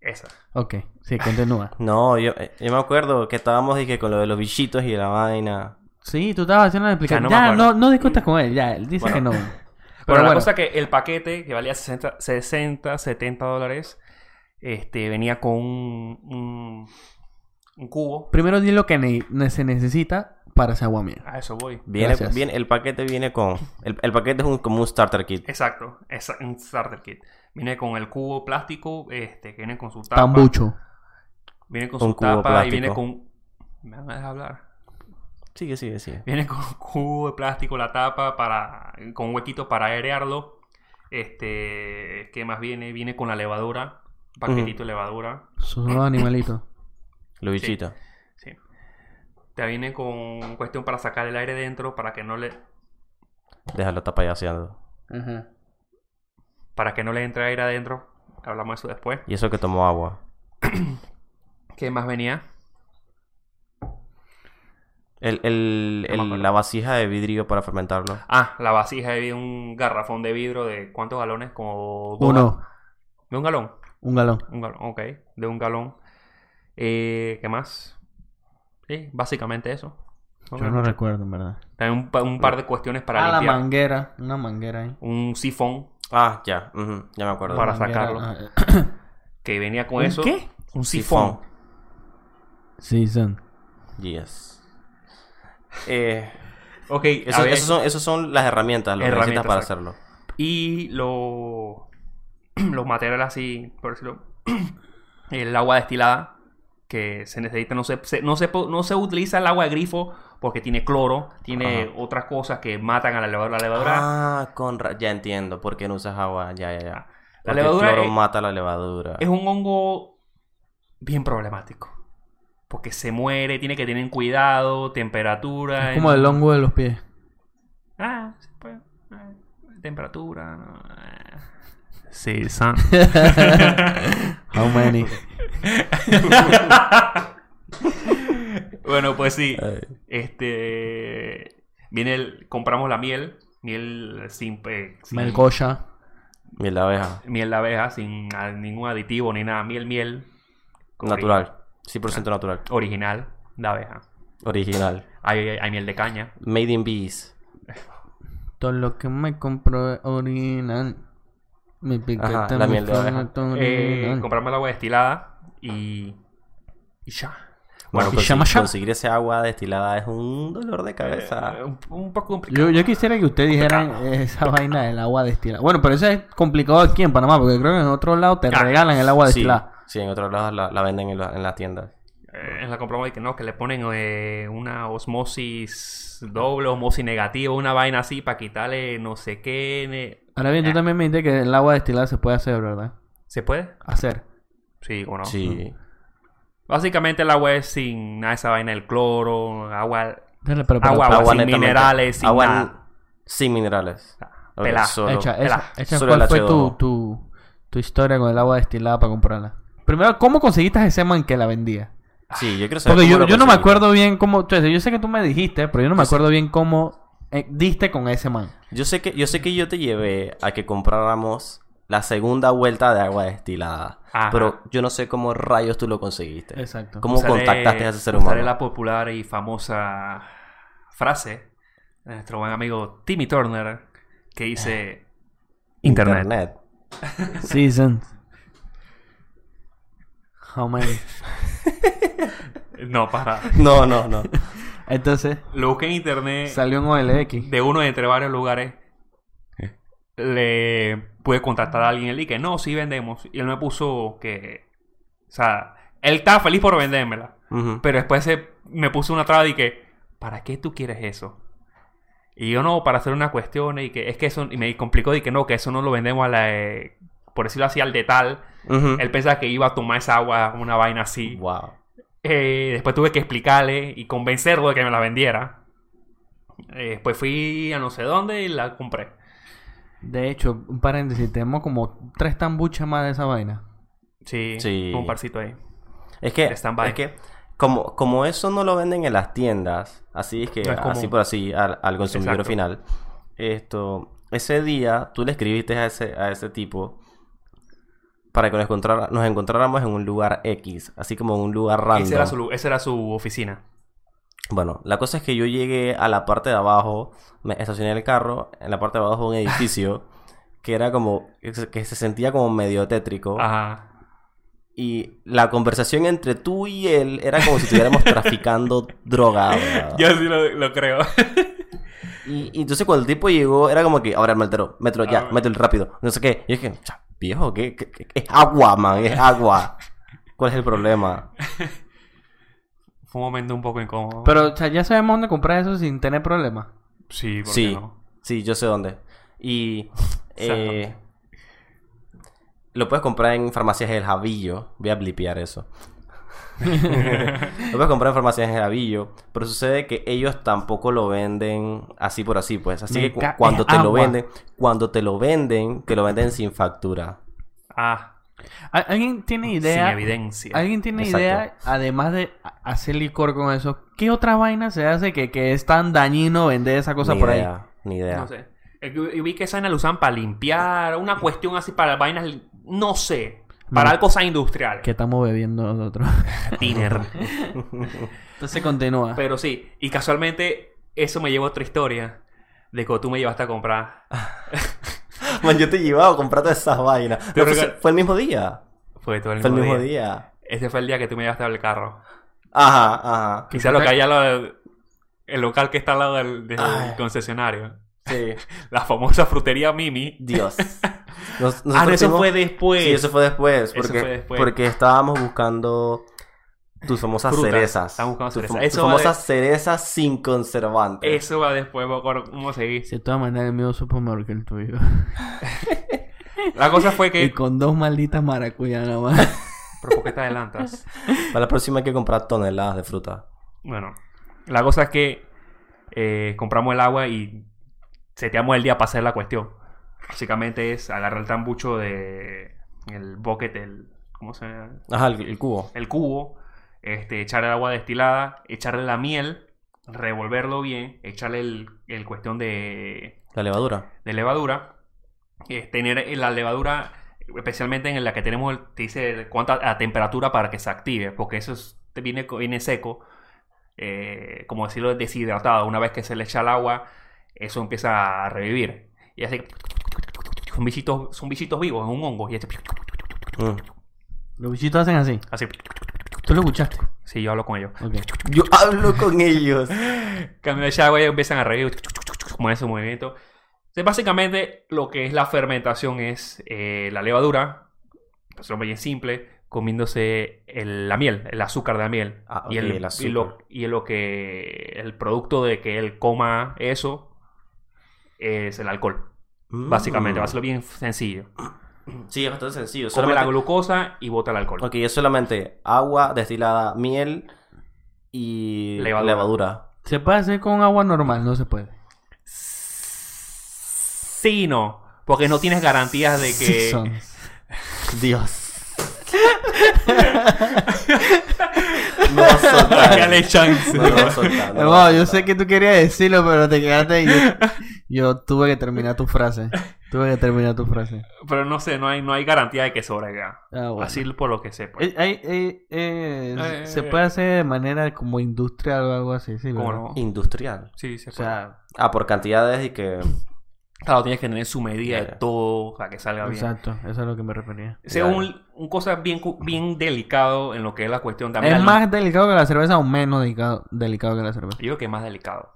Esa.
Ok, sí,
*laughs*
continúa.
No, yo, eh, yo me acuerdo que estábamos dije, con lo de los bichitos y la vaina.
Sí, tú estabas haciendo la explicación.
no me
Ya, no,
acuerdo.
no, discutas con él, ya, él dice
*laughs*
que no.
Pero la
bueno.
cosa que el paquete, que valía 60, 60 70 dólares, este, venía con un, un, un cubo.
Primero di lo que ne- ne- se necesita para esa agua mía.
A eso voy.
Viene,
Gracias.
viene- el paquete viene con. El, el paquete es un, como un starter kit.
Exacto, es un starter kit. Viene con el cubo plástico, este, que viene con su tapa.
Tambucho.
Viene con
Un
su
cubo
tapa y
plástico.
viene con. ¿Me van a dejar hablar?
Sigue, sigue, sigue.
Viene con un cubo de plástico la tapa para con un huequito para airearlo. Este, ¿qué más viene? Viene con la levadura, paquetito de levadura.
Son los
*coughs*
animalitos.
Lo bichito.
Sí. Te viene con cuestión para sacar el aire dentro para que no le
Déjalo tapayaseando.
Ajá.
para que no le entre aire adentro. Hablamos de eso después.
Y eso que tomó agua.
¿Qué más venía?
El, el,
No me
el-
acuerdo.
la vasija de vidrio para fermentarlo.
Ah, la vasija de un garrafón de vidro de ¿cuántos galones? Como dos
Uno,
ga- de un galón.
un galón.
Un galón, ok, de un galón. Eh, ¿qué más? Sí, básicamente eso. No
Yo
me-
no recuerdo, en verdad.
También un, pa- un par de cuestiones para
ah, la
limpiar.
manguera. Una manguera ahí.
Un sifón
Ah, ya. ujú, ya me acuerdo.
Para
La manguera,
sacarlo.
ah,
que venía *coughs* con
¿Un
eso.
qué?
Un sifón.
Sí, son.
Yes. Eh,
Ok,
eso-
a ver,
esos son, esos son las herramientas, lo que necesitas
Herramientas,
para
exacto.
hacerlo.
Y lo- *clears throat* los materiales así, por decirlo. *clears throat* El agua destilada que se necesita, no se, se- no, se, po- no se utiliza el agua de grifo porque tiene cloro, tiene
Ajá.
otras cosas que matan a la levadura. La levadura,
Ah, con ra- ya entiendo por qué no usas agua. Ya, ya, ya.
la
Porque el
levadura
cloro
es-
mata la levadura.
es un hongo bien problemático. Porque se muere, tiene que tener cuidado, temperatura.
Es como el hongo de los pies.
*laughs*
*laughs*
Ah, sí, pues, ah, temperatura. no, ah. Sí, son.
How many?
*laughs* bueno, pues sí.
Ay.
Este. Viene el. Compramos la miel. Miel sin. eh, sin-
Melcocha.
Miel de abeja.
miel de abeja, sin a- ningún aditivo ni nada. Miel, miel. ori-
Natural. 100%
Ah.
natural.
Original de abeja.
Original.
Hay, hay miel de caña.
Made in bees.
Todo lo que me compro es original. Mi piquete,
Ajá, la
mi
miel de
forma,
abeja.
todo
Eh,
original.
compramos el agua destilada y. Y ya.
Bueno,
¿y
consi-
llama ya?
conseguir ese agua destilada es un dolor de cabeza.
Eh, un, un poco
Yo,
complicado.
yo quisiera que usted dijera esa vaina del agua destilada. Bueno, pero eso es complicado aquí en Panamá, porque creo que en otro lado te
Ah,
regalan el agua
sí,
destilada.
sí, en otros lados la, la venden en, la- en las tiendas.
Eh, la compramos y que no, que le ponen eh, una osmosis doble, osmosis negativa, una vaina así para quitarle no sé qué. ne-
Ahora bien,
Eh.
tú también me dijiste que el agua destilada se puede hacer, ¿verdad?
¿Se puede?
Hacer.
Sí o no.
Sí.
Básicamente el agua es sin nada de esa vaina, el cloro, agua,
Dale, pero, pero-
Agua, agua. sin
netamente.
minerales, sin
agua
nada.
n- sin minerales. Ok,
pelada.
solo-
Echa,
Era,
echa- echa,
solo
¿Cuál
el
fue tu,
H2O.
tu, tu historia con el agua destilada para comprarla? Primero, ¿cómo conseguiste a ese man que la vendía?
Sí, yo quiero saber
Porque
cómo
yo,
lo
yo no me
conseguiste.
acuerdo bien cómo... o sea, Yo sé que tú me dijiste, pero yo no me acuerdo bien cómo eh, diste con ese man.
Yo sé, que, yo sé que yo te llevé a que compráramos la segunda vuelta de agua destilada.
Ajá.
Pero yo no sé cómo rayos tú lo conseguiste.
Exacto.
¿Cómo
Usaré-
contactaste a ese ser
usaré
humano?
la popular y famosa frase de nuestro buen amigo Timmy Turner que
Eh,
dice Internet.
Seasons. How many?
No, para.
No, no, no. *laughs*
Entonces,
Lo busqué en
Eh,
internet.
salió un OLX.
de uno de entre varios lugares le pude contactar a alguien él y que no, sí vendemos. Y él me puso que. O sea, él estaba feliz por vendérmela.
Ujú.
Pero después se- me puso una traba y que, ¿para qué tú quieres eso? Y yo no, para hacer una cuestión y que es que eso. Y me complicó y que no, que eso no lo vendemos a la. eh, por decirlo así, al de tal.
Ujú.
Él pensaba que iba a tomar esa agua, una vaina así.
Wow.
Eh, después tuve que explicarle y convencerlo de que me la vendiera. Eh, después fui a no sé dónde y la compré.
De hecho, un paréntesis, tenemos como tres tambuchas más de esa vaina.
Sí,
Sí.
un parcito ahí.
Es que,
De stand-by.
es que como, como eso no lo venden en las tiendas, así es que,
No es común.
así por así, al, al consumidor
Exacto.
final, esto, ese día tú le escribiste a ese, a ese tipo para que nos, encontrara- nos encontráramos en un lugar X, así como en un lugar random.
Ese era su, lu- esa era su oficina.
Bueno, la cosa es que yo llegué a la parte de abajo, me estacioné el carro, en la parte de abajo de un
*laughs* Ah,
edificio que era como, que se sentía como medio tétrico.
Ajá.
Y la conversación entre tú y él era como si estuviéramos traficando droga. ¿verdad?
Yo sí lo, lo creo. *laughs*
Y, y entonces cuando el tipo llegó, era como que, ahora metro, metro,
A
ya,
ver.
mételo rápido. No sé qué. Y yo dije, "Cha, viejo, ¿qué, qué- qué- qué? es agua, man, es agua. ¿Cuál es el problema?
Fue un momento un poco incómodo.
Pero, o sea, ya sabemos dónde comprar eso sin tener problemas.
sí, ¿por qué
Sí,
no?
sí, yo sé dónde.
*laughs*
Y eh,
Exactamente.
lo puedes comprar en farmacias El Javillo. Voy a blipear
*laughs*
eso. lo puedes comprar en farmacias El Javillo, pero sucede que ellos tampoco lo venden así por así, pues. Así
Me
que cu-
ca-
cuando
es
te lo
agua.
venden, cuando te lo venden, te lo venden sin factura.
Ah,
¿Al- ¿Alguien tiene
sin
idea?
evidencia.
¿Alguien tiene
Exacto.
idea, además de a- hacer licor con eso, qué otra vaina se hace que, que es tan dañino vender esa cosa
ni
por ahí?
idea, Ni idea.
No sé. Eh, Yo yo vi que esa vaina la usaban para limpiar, una cuestión así para vainas, li- no sé, para
Mm.
algo cosas industriales.
Que estamos bebiendo nosotros.
tiner.
Entonces continúa.
*laughs* Pero sí, y casualmente eso me lleva a otra historia de que tú me llevaste a comprar.
*laughs* Man, yo te llevaba a comprar todas esas vainas.
Te
No, fue-
regal-
fue el mismo día.
Fue todo el
Fue
mismo,
el mismo
día.
día.
Ese fue el día que tú me llevaste al carro.
Ajá, ajá.
Quizá lo que hay al lado del- el local que está al lado del, del
Ay.
concesionario.
Sí.
La famosa frutería Mimi. *laughs*
Dios. Nos-
Ah, no,
nosotros
eso
fuimos-
fue después.
Sí, eso fue después.
Eso
Porque,
fue después.
porque estábamos buscando tus famosas
Frutas.
cerezas.
Estábamos buscando
Tus fam-
cerezas.
tus
Eso eh, va
famosas cerezas sin conservante.
Eso va después, me acuerdo cómo seguí.
Si de todas maneras el mío supo mejor que el tuyo.
La cosa fue
*laughs*
Y
que...
con dos malditas maracuyas nada
*laughs*
más.
¿Pero por qué te adelantas?
Para la próxima hay que comprar toneladas de fruta.
Bueno, la cosa es que eh, compramos el agua y seteamos el día para hacer la cuestión. Básicamente es agarrar el tambucho de el bucket, el ¿cómo se llama?
Ajá, el, el cubo.
El cubo, este, echar el agua destilada, echarle la miel, revolverlo bien, echarle el, el cuestión de,
La levadura.
de levadura, eh, tener la levadura especialmente en la que tenemos el- te dice cuánta a temperatura para que se active, porque eso es- te viene co- viene seco eh, como decirlo, deshidratado. Una vez que se le echa el agua, eso empieza a revivir. Y hace. Son bichitos, son bichitos vivos, es un hongo. Y hace.
Mm.
Los bichitos hacen así.
así.
¿Tú lo escuchaste?
Sí, yo hablo con ellos.
Ok.
Yo hablo con ellos.
Cambio de echa agua y empiezan a revivir. Como ese movimiento. Entonces, básicamente, lo que es la fermentación es eh, la levadura, pues lo bien simple, comiéndose el- la miel, el azúcar de la miel.
Ah,
y,
ok,
el,
el
y lo,
azúcar.
y lo que. El producto de que él coma eso es el alcohol.
Mm.
Básicamente, va a ser bien sencillo.
Ah, Sí, es bastante sencillo.
Come la
Solamente...
glucosa y bota el alcohol.
Ok, es solamente agua destilada, miel y
Levadura. *laughs*
Se puede hacer con agua normal, no se puede.
Sí, y no. Porque no tienes garantías de que. *laughs*
Seasons.
Dios. *laughs* no va a soltar.
Dale chance.
*laughs* No lo va a soltar. no lo va a
Wow,
soltar.
yo sé que tú querías decirlo, pero te quedaste
*laughs*
ahí. Yo, yo tuve que terminar tu frase. Tuve que terminar tu frase.
Pero no sé, no hay, no hay garantía de que sobreviva.
Ah, bueno.
Así por lo que pues. sepa.
Eh, ahí, eh, eh,
Eh,
se
eh,
puede
eh.
hacer de manera como industrial o algo así, sí,
¿Cómo
¿verdad?
no?
Industrial.
Sí, se
O sea,
Ah, por cantidades y que.
puede. Claro, tienes que tener su medida de
Claro.
todo para que salga bien.
exacto, eso es a lo que me refería.
Según un cosa bien, cu- bien delicado en lo que es la cuestión también.
¿Es
la-
más delicado que la cerveza o menos delicado, delicado que la cerveza?
Yo creo que es más delicado.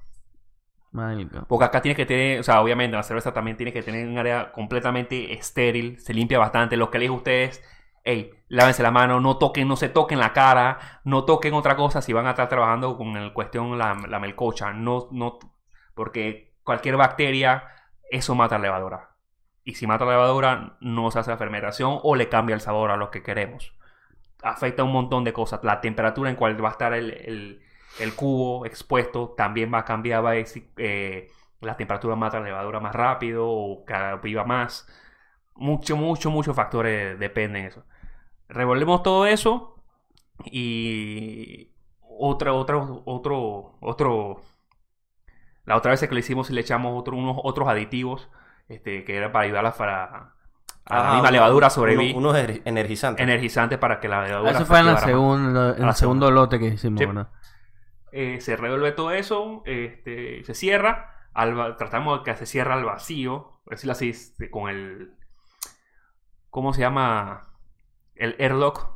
Más delicado.
Porque acá tienes que tener, o sea, obviamente la cerveza también tiene que tener un área completamente estéril, se limpia bastante. Lo que les digo a ustedes, hey, lávense la mano, no toquen, no se toquen la cara, no toquen otra cosa si van a estar trabajando con el cuestión la, la melcocha, no, no, porque cualquier bacteria, eso mata la levadura. Y si mata la levadura, no se hace la fermentación o le cambia el sabor a lo que queremos. Afecta un montón de cosas. La temperatura en cual va a estar el, el- el cubo expuesto también va a cambiar, va a exi- eh, la temperatura mata la levadura más rápido o cada viva más. Mucho, mucho, muchos factores dependen de eso. Revolvemos todo eso y otra, otra, otro, otro. La otra vez que lo hicimos le echamos otro, unos otros aditivos este, que era para ayudarla para, a la
Ah,
misma
un-
levadura sobrevivir.
Uno, unos ener- energizantes.
energizante para que la levadura
Eso fue en, la
activara más.
segunda, en
la
el segundo lote que hicimos,
Sí.
¿verdad?
Eh, se revuelve todo eso, este, se cierra, al va- tratamos de que se cierra al vacío, por decirlo así, este, con el... ¿Cómo se llama? El airlock.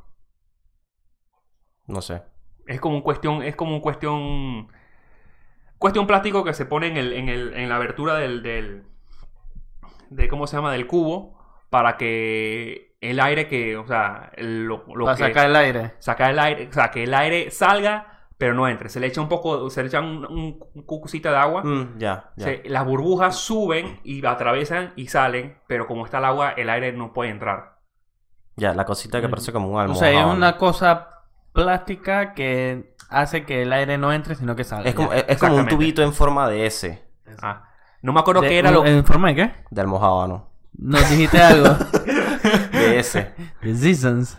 No sé.
Es como un cuestión, es como un cuestión, cuestión plástico que se pone en, el, en, el, en la abertura del, del, de cómo se llama, del cubo, para que el aire que, o sea, el- lo, lo
Para
que
sacar el aire.
sacar el aire, o sea, que el aire salga, pero no entre. Se le echa un poco, se le echa un, un, un cucucita de agua.
Mm, ya, ya.
Se- las burbujas suben y atraviesan y salen, pero como está el agua, el aire no puede entrar.
Ya, la cosita que parece como un
O sea, es
almohadón.
una cosa plástica que hace que el aire no entre, sino que salga.
Es
eh,
como, es- es como un
Exactamente.
tubito en forma de S,
Ah, no me acuerdo
De-
qué era lo
¿En forma de qué?
de almohábano.
Nos dijiste algo.
De S.
*laughs* The Seasons.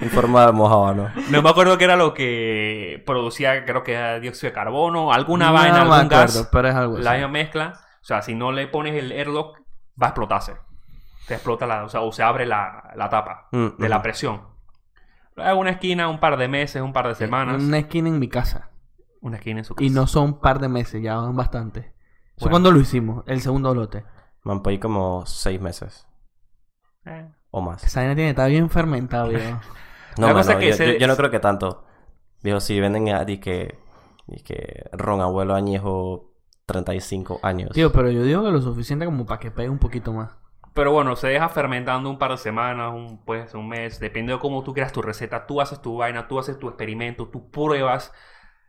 en forma de almohábano.
no me acuerdo qué era lo que producía, creo que era dióxido de carbono, alguna
No
vaina,
me
algún
acuerdo,
gas.
pero es algo
La
así.
misma mezcla, o sea, si no le pones el airlock, va a explotarse. Se explota la, o sea, o se abre la, la tapa
Mm,
de la
mm.
presión. Una esquina, un par de meses, un par de semanas,
Una esquina en mi casa.
una esquina en su casa.
Y no son un par de meses, ya van bastante. Eso
Bueno.
cuando lo hicimos, el segundo lote.
Man, pedí como seis meses
Eh.
o más.
Esa vaina tiene, está bien
*laughs*
fermentado, viejo.
No,
La
mano,
cosa es que
yo,
se-
yo- yo no creo que tanto. Digo, si venden a disque, disque ron abuelo añejo 35 años.
Tío, pero yo digo que lo suficiente como para que pegue un poquito más.
Pero bueno, se deja fermentando un par de semanas, un, pues, un mes, depende de cómo tú creas tu receta. Tú haces tu vaina, tú haces tu experimento, tú pruebas,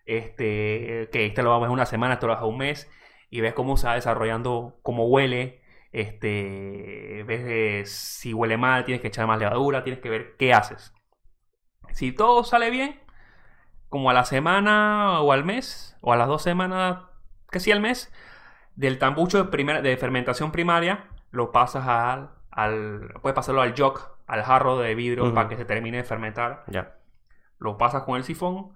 este, que este lo vamos a una semana, te lo vas a un mes, y ves cómo se va desarrollando, cómo huele, este, ves eh, si huele mal, tienes que echar más levadura, tienes que ver qué haces. Si todo sale bien, como a la semana o al mes, o a las dos semanas, que sí al mes, del tambucho de, primer- de fermentación primaria, lo pasas al, al. Puedes pasarlo al jog, al jarro de vidrio
Ujú.
para que se termine de fermentar.
Ya.
Lo pasas con el sifón.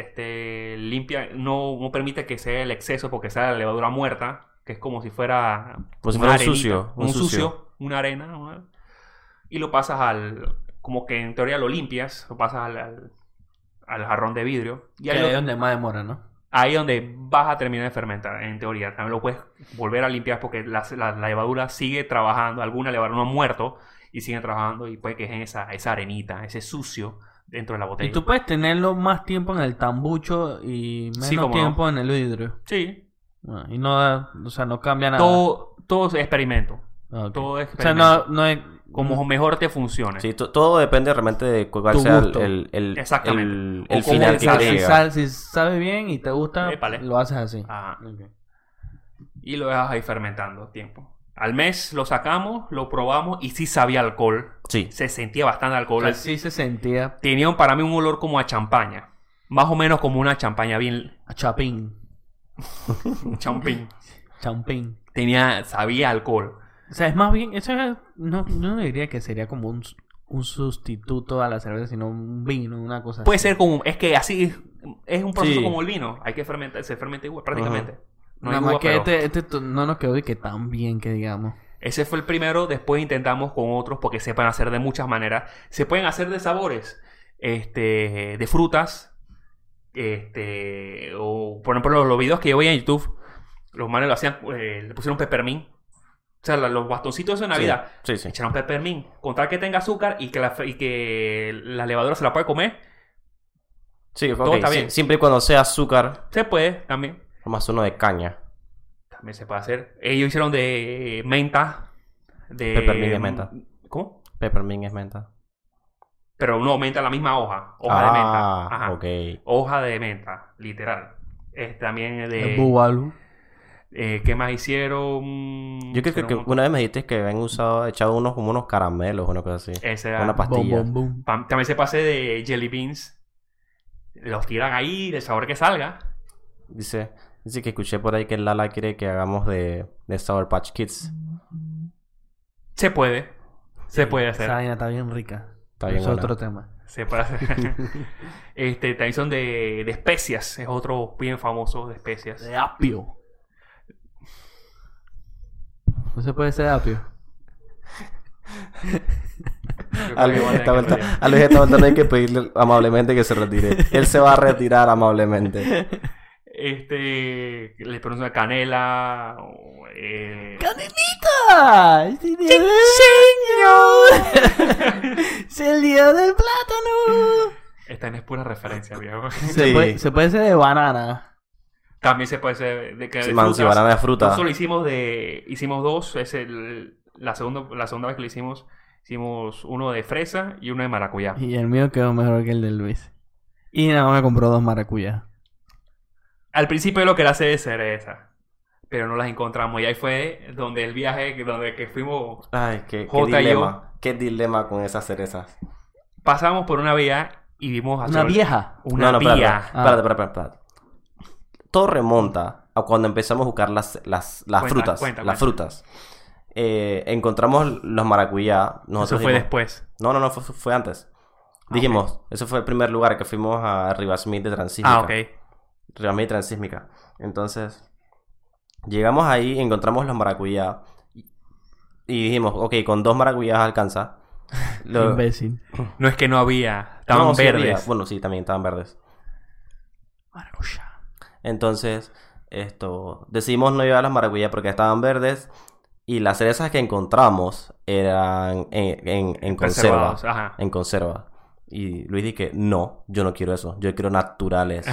Este, limpia, no, no permite que sea el exceso porque sea la levadura muerta, que es como si fuera.
Como si fuera
una
un
arenita,
sucio, un
un sucio,
sucio.
una arena. ¿no? Y lo pasas al. Como que en teoría lo limpias, lo pasas al, al, al jarrón de vidrio. Y
Que
ahí
ahí
lo-
es donde más demora, ¿no?
ahí es donde vas a terminar de fermentar, en teoría. También lo puedes volver a limpiar porque la, la- la levadura sigue trabajando, alguna levadura no ha muerto y sigue trabajando y puede que es en esa, esa arenita, ese sucio dentro de la botella.
Y tú puedes tenerlo más tiempo en el tambucho y menos
Sí, cómo no.
tiempo en el vidrio.
Sí,
Ah, Y no, da- o sea, no cambia nada.
todo, todo es experimento.
Ah, ok.
Todo es
o sea,
experimento.
no, no es
Como mejor te funcione.
Sí, to- todo depende realmente de cu- cuál
Tu
sea el,
gusto.
el, el,
Exactamente.
el-
O
el
cómo
final que
pensar.
si,
llega.
sal- si sabe bien y te gusta,
Épale. Ah.
lo haces así.
Ajá.
Ok.
Y lo dejas ahí fermentando tiempo. Al mes lo sacamos, lo probamos y sí sabía alcohol.
Sí.
Se sentía bastante
O
alcohol.
sea, sí se sentía
Tenía para mí un olor como a champaña. Más o menos como una champaña bien
a chapín,
champín.
champín.
tenía, sabía alcohol.
O sea, es más bien, eso es- no, no diría que sería como un, un sustituto a la cerveza, sino un vino, una cosa
Puede
así.
ser como, es que así, es un proceso
Sí.
como el vino. Hay que fermentar, se fermenta igual, prácticamente. No hay
Nada más
uva,
que
pero
este, este to- no nos quedó de que tan bien que digamos.
Ese fue el primero, después intentamos con otros porque se pueden hacer de muchas maneras. Se pueden hacer de sabores, este, de frutas, este, o por ejemplo los, los videos que yo veía en YouTube, los manes lo hacían, eh, le pusieron peppermint. O sea, la- los bastoncitos de Navidad,
Sí, sí.
Echaron peppermint. Con tal que tenga azúcar y que la, y que la levadura se la puede comer,
Sí, ok,
está
sí,
bien.
Siempre y cuando sea azúcar,
se puede también.
más uno de caña.
También se puede hacer. Ellos hicieron de menta. De...
Peppermint de menta.
¿Cómo?
Peppermint es menta.
Pero no menta, la misma hoja. Hoja de
ah,
menta. Ajá.
ok.
Hoja de menta, literal. Es también
El
de...
bubalú.
eh, ¿Qué más hicieron?
Yo creo que,
Hicieron
que
un-
una vez me dijiste que habían usado, echado unos como unos caramelos, una cosa así.
Ese era-
una pa-
Bom,
Pastillas.
bom, bom.
pam- También se pase de jelly beans. Los tiran ahí, del sabor que salga.
Dice, dice que escuché por ahí que Lala quiere que hagamos de, de Sour Patch Kids.
Se puede. Se puede hacer.
Esa vaina está bien rica.
Está bien
es
buena.
otro tema.
Se puede
*laughs*
hacer. *laughs* este, también son de, de especias. Es otro bien famoso de especias.
De apio. No se puede ser apio.
Yo creo
A Luis
que voy a
esta
tener que
vuelta,
retirar.
a Luis esta vuelta no hay que pedirle amablemente que se retire. Él se va a retirar amablemente.
este, le ponen una canela, o, eh,
¡Canelita! ¡Sí, señor! ¡Es el día del plátano!
esta no es pura referencia, viejo. *laughs*
Se, puede, se puede hacer de banana.
También se puede hacer de que
Sí, man, si banana de fruta.
Nosotros hicimos de, hicimos dos, es el, la segunda, la segunda vez que lo hicimos, hicimos uno de fresa y uno de maracuyá.
Y el mío quedó mejor que el de Luis. Y nada más me compró dos maracuyas.
Al principio lo que era hacer es cereza, pero no las encontramos y ahí fue donde el viaje, donde que fuimos
Ay, qué, qué
J.I.O.
dilema. Qué dilema con esas cerezas.
pasamos por una vía y vimos hacia
Una
el-
vieja.
una
no, no, espérate,
vía.
Ah.
espérate, espérate, espérate. Todo remonta a cuando empezamos a buscar las, las, las
Cuenta,
frutas.
cuenta,
las
cuenta.
frutas. Eh, encontramos los maracuyá.
Eso
Nosotros
fue
dijimos-
después.
No, no, no, fue, fue antes.
Ah,
Dijimos, eso fue el primer lugar que fuimos a Rivasmith de Transísmica.
Ah, ok.
Rivasmith de Transísmica. Entonces, llegamos ahí, encontramos los maracuyá. y- Y dijimos, ok, con dos maracuyá
*laughs*
alcanza. Lo-
Imbécil.
No es que no había, estaban
No, sí había.
verdes.
Bueno, sí, también estaban verdes.
Maracuyá.
Entonces, esto, decidimos no llevar las maracuyas porque estaban verdes y las cerezas que encontramos eran en, en- en conserva.
Preservados, ajá.
En conserva. Y Luis dije, no, yo no quiero eso, yo quiero
*laughs*
naturales.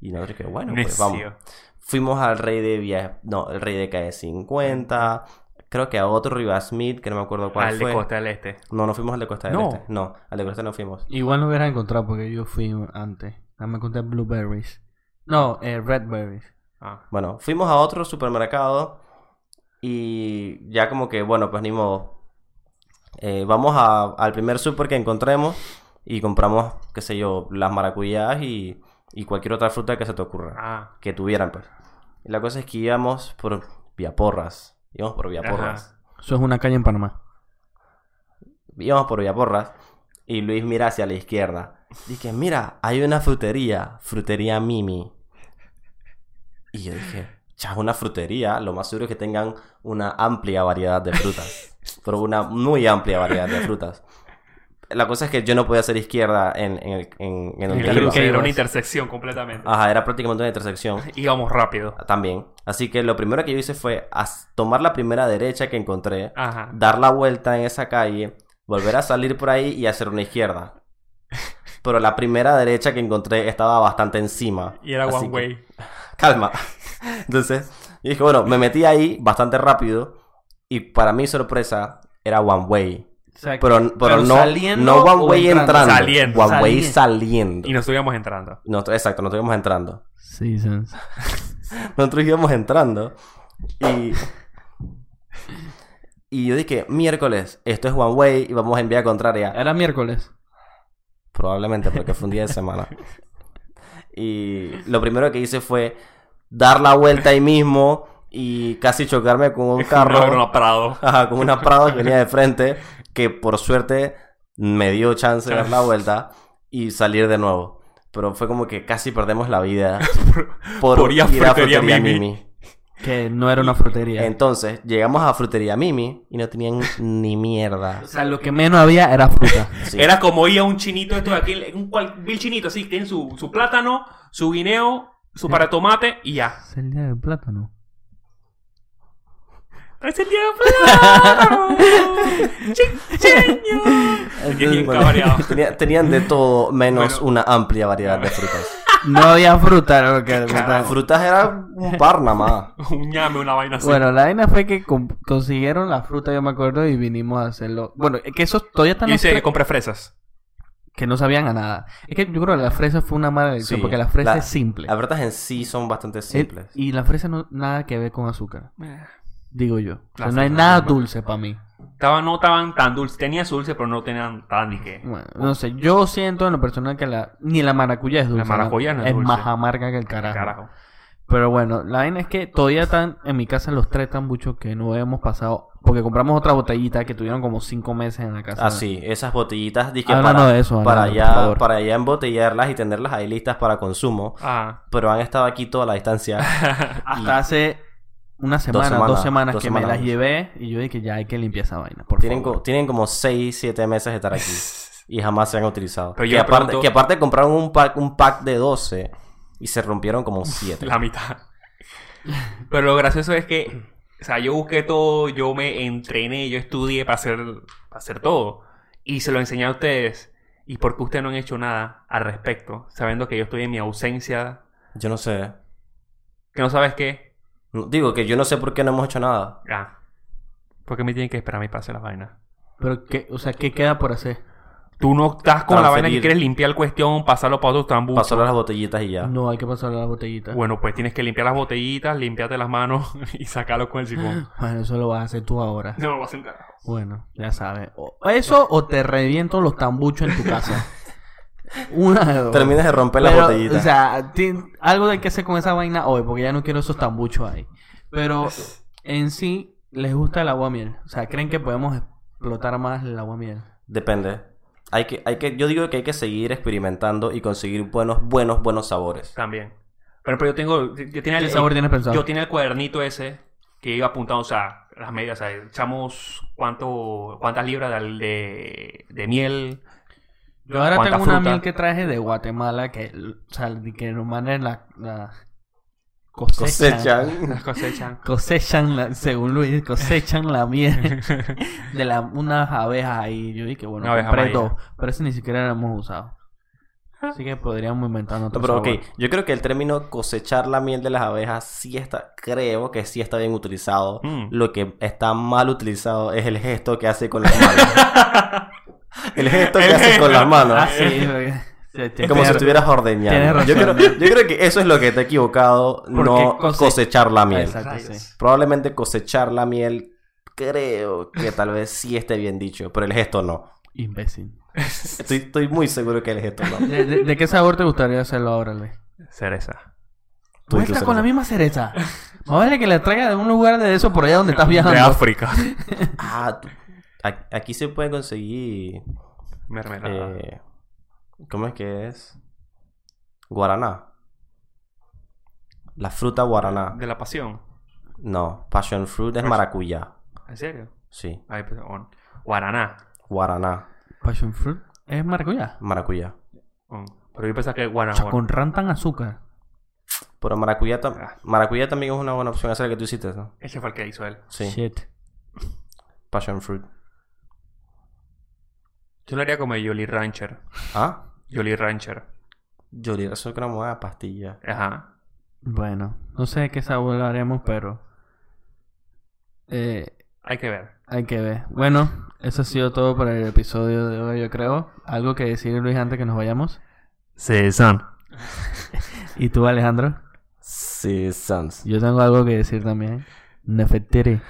y nosotros que bueno, pues vamos.
Necio.
Fuimos al rey de Vía, no, el rey de calle 50, creo que a otro Riva Smith, que no me acuerdo cuál
Al
fue.
de Costa del Este.
No, no fuimos al de Costa del
No.
Este. No, al de Costa no fuimos.
Igual no hubiera encontrado porque yo fui antes. Nada más encontré blueberries. No, eh, redberries.
Ah.
Bueno, fuimos a otro supermercado y ya como que, bueno, pues ni modo. Eh, vamos a- al primer super que encontremos y compramos, qué sé yo, las maracuyás y, y cualquier otra fruta que se te ocurra.
Ah.
Que tuvieran, pues. Y la cosa es que íbamos por Viaporras. Íbamos por Viaporras.
Eso es una calle en Panamá.
Íbamos por Viaporras y Luis mira hacia la izquierda. Dije, mira, hay una frutería, frutería Mimi. Y yo dije, ya una frutería, lo más seguro es que tengan una amplia variedad de frutas. pero una muy amplia variedad de frutas. La cosa es que yo no podía hacer izquierda en, en, el- en, en donde
el
iba.
cruce.
Que era
ibas.
una intersección completamente.
Ajá, era prácticamente una intersección
Íbamos rápido.
también. Así que lo primero que yo hice fue as- tomar la primera derecha que encontré,
Ajá.
dar la vuelta en esa calle, volver a salir por ahí y hacer una izquierda. Pero la primera derecha que encontré estaba bastante encima.
Y era
Así
one
que-
way.
calma. *laughs* Entonces, yo dije, bueno, me metí ahí bastante rápido y para mi sorpresa era one way. Pero, pero, no,
saliendo
no one
o
way
entrando.
entrando,
Saliendo.
one way
Saliendo.
saliendo.
Y nos íbamos entrando.
Nosotros- exacto, nos estuvimos entrando.
Seasons.
Nosotros íbamos entrando y... Y yo dije, miércoles, esto es one way y vamos en vía contraria.
Era miércoles.
Probablemente porque fue un día de semana. Y lo primero que hice fue dar la vuelta ahí mismo y casi chocarme con un carro,
No, no, Prado.
ajá, con una Prado que venía de frente, que por suerte me dio chance de dar la vuelta y salir de nuevo. Pero fue como que casi perdemos la vida por,
*laughs* Por ir a Frutería
Frutería
Mimi.
Que no era una frutería.
Entonces, llegamos a Frutería Mimi y no tenían ni mierda.
O sea, lo que menos había era fruta.
Sí.
Era como ir a un chinito, esto de aquí, un cual, vil chinito, así, tienen su, su plátano, su guineo, su para tomate y ya.
es el día del plátano.
*laughs*
¡Es el día de plátano! ¡Chicheño!
Entonces,
bien
bueno,
cabreado.
*laughs* tenía- tenían de todo menos
Bueno.
una amplia variedad de frutas.
*laughs*
No había fruta, lo que
Las frutas era un par nada más.
*laughs*
Un ñame, una vaina así.
Bueno, la vaina fue que com- consiguieron la fruta, yo me acuerdo, y vinimos a hacerlo. Bueno, es que eso todavía
y
están
dice
las
que
fre-
compré fresas.
que no sabían a nada. Es que yo creo que la fresa fue una mala elección,
Sí,
porque la fresa
la-
es simple.
Las frutas en sí son bastante
El-
simples.
y la fresa no nada que ver con azúcar, digo yo. O sea,
La
no hay
fresa
nada
normal.
dulce para mí.
Estaban, no estaban tan dulces. Tenían su dulce, pero no tenían tan ni qué.
Bueno, no sé, yo siento en lo personal que la ni la maracuyá es dulce.
maracuyá no es dulce.
más amarga que el carajo.
Carajo.
Pero bueno, la vaina es que todavía están en mi casa los tres tambuchos que no hemos pasado. Porque compramos otra botellita que tuvieron como cinco meses en la casa.
Ah, sí, esas botellitas dizque
Háblanos
para,
de eso, Alan,
para,
por
ya,
favor.
para ya embotellarlas y tenerlas ahí listas para consumo.
Ah.
Pero han estado aquí toda la distancia.
Hasta hace una semana,
semanas,
dos semanas,
dos
que
semanas.
me las llevé y yo dije, ya hay que limpiar esa vaina, *laughs* por
tienen, co-
favor.
tienen como 6, 7 meses de estar
*laughs*
aquí. Y jamás se han utilizado.
Pero yo
que,
le
aparte,
pregunto-
que aparte compraron un pack, un pack de 12 Y se rompieron como siete.
La mitad. Pero lo gracioso es que, o sea, yo busqué todo, yo me entrené, yo estudié para hacer, para hacer todo. Y se lo enseñé a ustedes. ¿Y por qué ustedes no han hecho nada al respecto? Sabiendo que yo estoy en mi ausencia,
Yo no sé.
que no sabes qué.
No, Digo que yo no sé por qué no hemos hecho nada.
Ah. ¿Por qué me tienen que esperar a mí para hacer las vainas?
Pero, ¿qué, o sea, ¿qué queda por hacer?
Tú no estás con la vaina que
Transferir.
quieres limpiar el cuestión, pasarlo para otro tambor.
Pasó las botellitas y ya.
No, hay que pasar a la botellita. Bueno.
Bueno, pues tienes que limpiar las botellitas, limpiarte las manos *laughs* y sacarlo con
*gasps*
el sifón.
eso lo vas a hacer tú
*laughs*
ahora.
No, va a ser un carajo.
Bueno, ya sabes. O eso o te reviento los tambuchos en
*laughs*
tu casa. Una de dos.
Terminas de
Pues
romper las
Pero,
botellitas.
O sea, ti- algo hay que hacer con esa vaina hoy, porque ya no quiero esos tambuchos ahí. Pero en sí, les gusta el agua miel. O sea, creen que podemos explotar más el agua miel.
Depende. Hay que, hay que, yo digo que hay que seguir experimentando y conseguir buenos, buenos, buenos sabores.
También. Pero, pero yo tengo. Yo tenía
¿Qué
el,
sabor tienes pensado?
yo tenía el cuadernito ese que iba apuntando, o sea, las medidas. O sea, echamos cuánto, cuántas libras de, al- de, de miel.
Yo ahora
¿Cuánta
tengo una
fruta?
miel que traje de Guatemala que, o sea, que nos mandan la, la cosechan. *laughs*
*laughs* Las cosechan.
Cosechan la- según Luis, cosechan la miel de la, unas abejas ahí. Yo dije, bueno,
Una abeja
compré
maya.
dos, pero ese ni siquiera lo hemos usado. Así que podríamos inventar
No,
otro
pero ok,
sabor.
yo creo que el término cosechar la miel de las abejas sí está, creo que sí está bien utilizado.
Mm.
Lo que está mal utilizado es el gesto que hace con las manos.
*laughs*
el gesto que
El
hace
gesto.
con las manos.
Ah, sí,
*laughs*
porque se- te-
Como si
te-
estuvieras
Tienes
ordeñando.
razón.
Yo creo, yo creo que eso es lo que está equivocado, no
cose-
cosechar la miel.
Exacto,
Rayos.
sí.
Probablemente cosechar la miel, creo que tal vez sí esté bien dicho, pero el gesto no.
Imbécil.
Estoy, estoy muy seguro que el gesto
*laughs*
no.
¿De, de- de qué sabor te gustaría hacerlo ahora, Luis?
Cereza.
Tú
Tú
incluso
con
no.
la misma cereza. Más vale que la traiga de un lugar de eso por allá donde estás
De
viajando.
África. *laughs*
Ah, tú- a- aquí se puede conseguir.
Mermelada.
eh, ¿Cómo es que es? Guaraná. La fruta guaraná.
De la pasión.
No, passion fruit es maracuyá.
¿En serio?
Sí,
Ay, pues, on. Guaraná.
guaraná,
Passion fruit. Es maracuyá.
maracuyá.
On. Mm. Pero yo pensaba que guaraná.
Cha, Con rantan azúcar.
Pero maracuyá, tam- maracuyá también es una buena opción. Esa es la que tú hiciste, ¿no?
Ese fue el que hizo él.
Sí,
Shit.
passion fruit.
Yo lo haría como el Jolly Rancher.
Ah,
Jolly Rancher.
yo diría eso es una buena pastilla.
Ajá.
Bueno, no sé qué sabor lo haremos, pero. Eh,
Hay que ver.
hay que ver. Bueno, eso ha sido todo para el episodio de hoy, yo creo. Algo que decir, Luis, antes que nos vayamos.
Cezanne.
¿Y tú, Alejandro?
Sí, Sans.
Yo tengo algo que decir también. Nefertiti.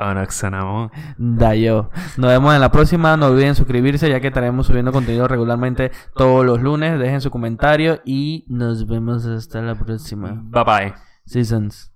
Anaxanamón.
Dayo. Nos vemos en la próxima. No olviden suscribirse ya que estaremos subiendo contenido regularmente todos los lunes. Dejen su comentario y nos vemos hasta la próxima.
Bye bye.
Seasons.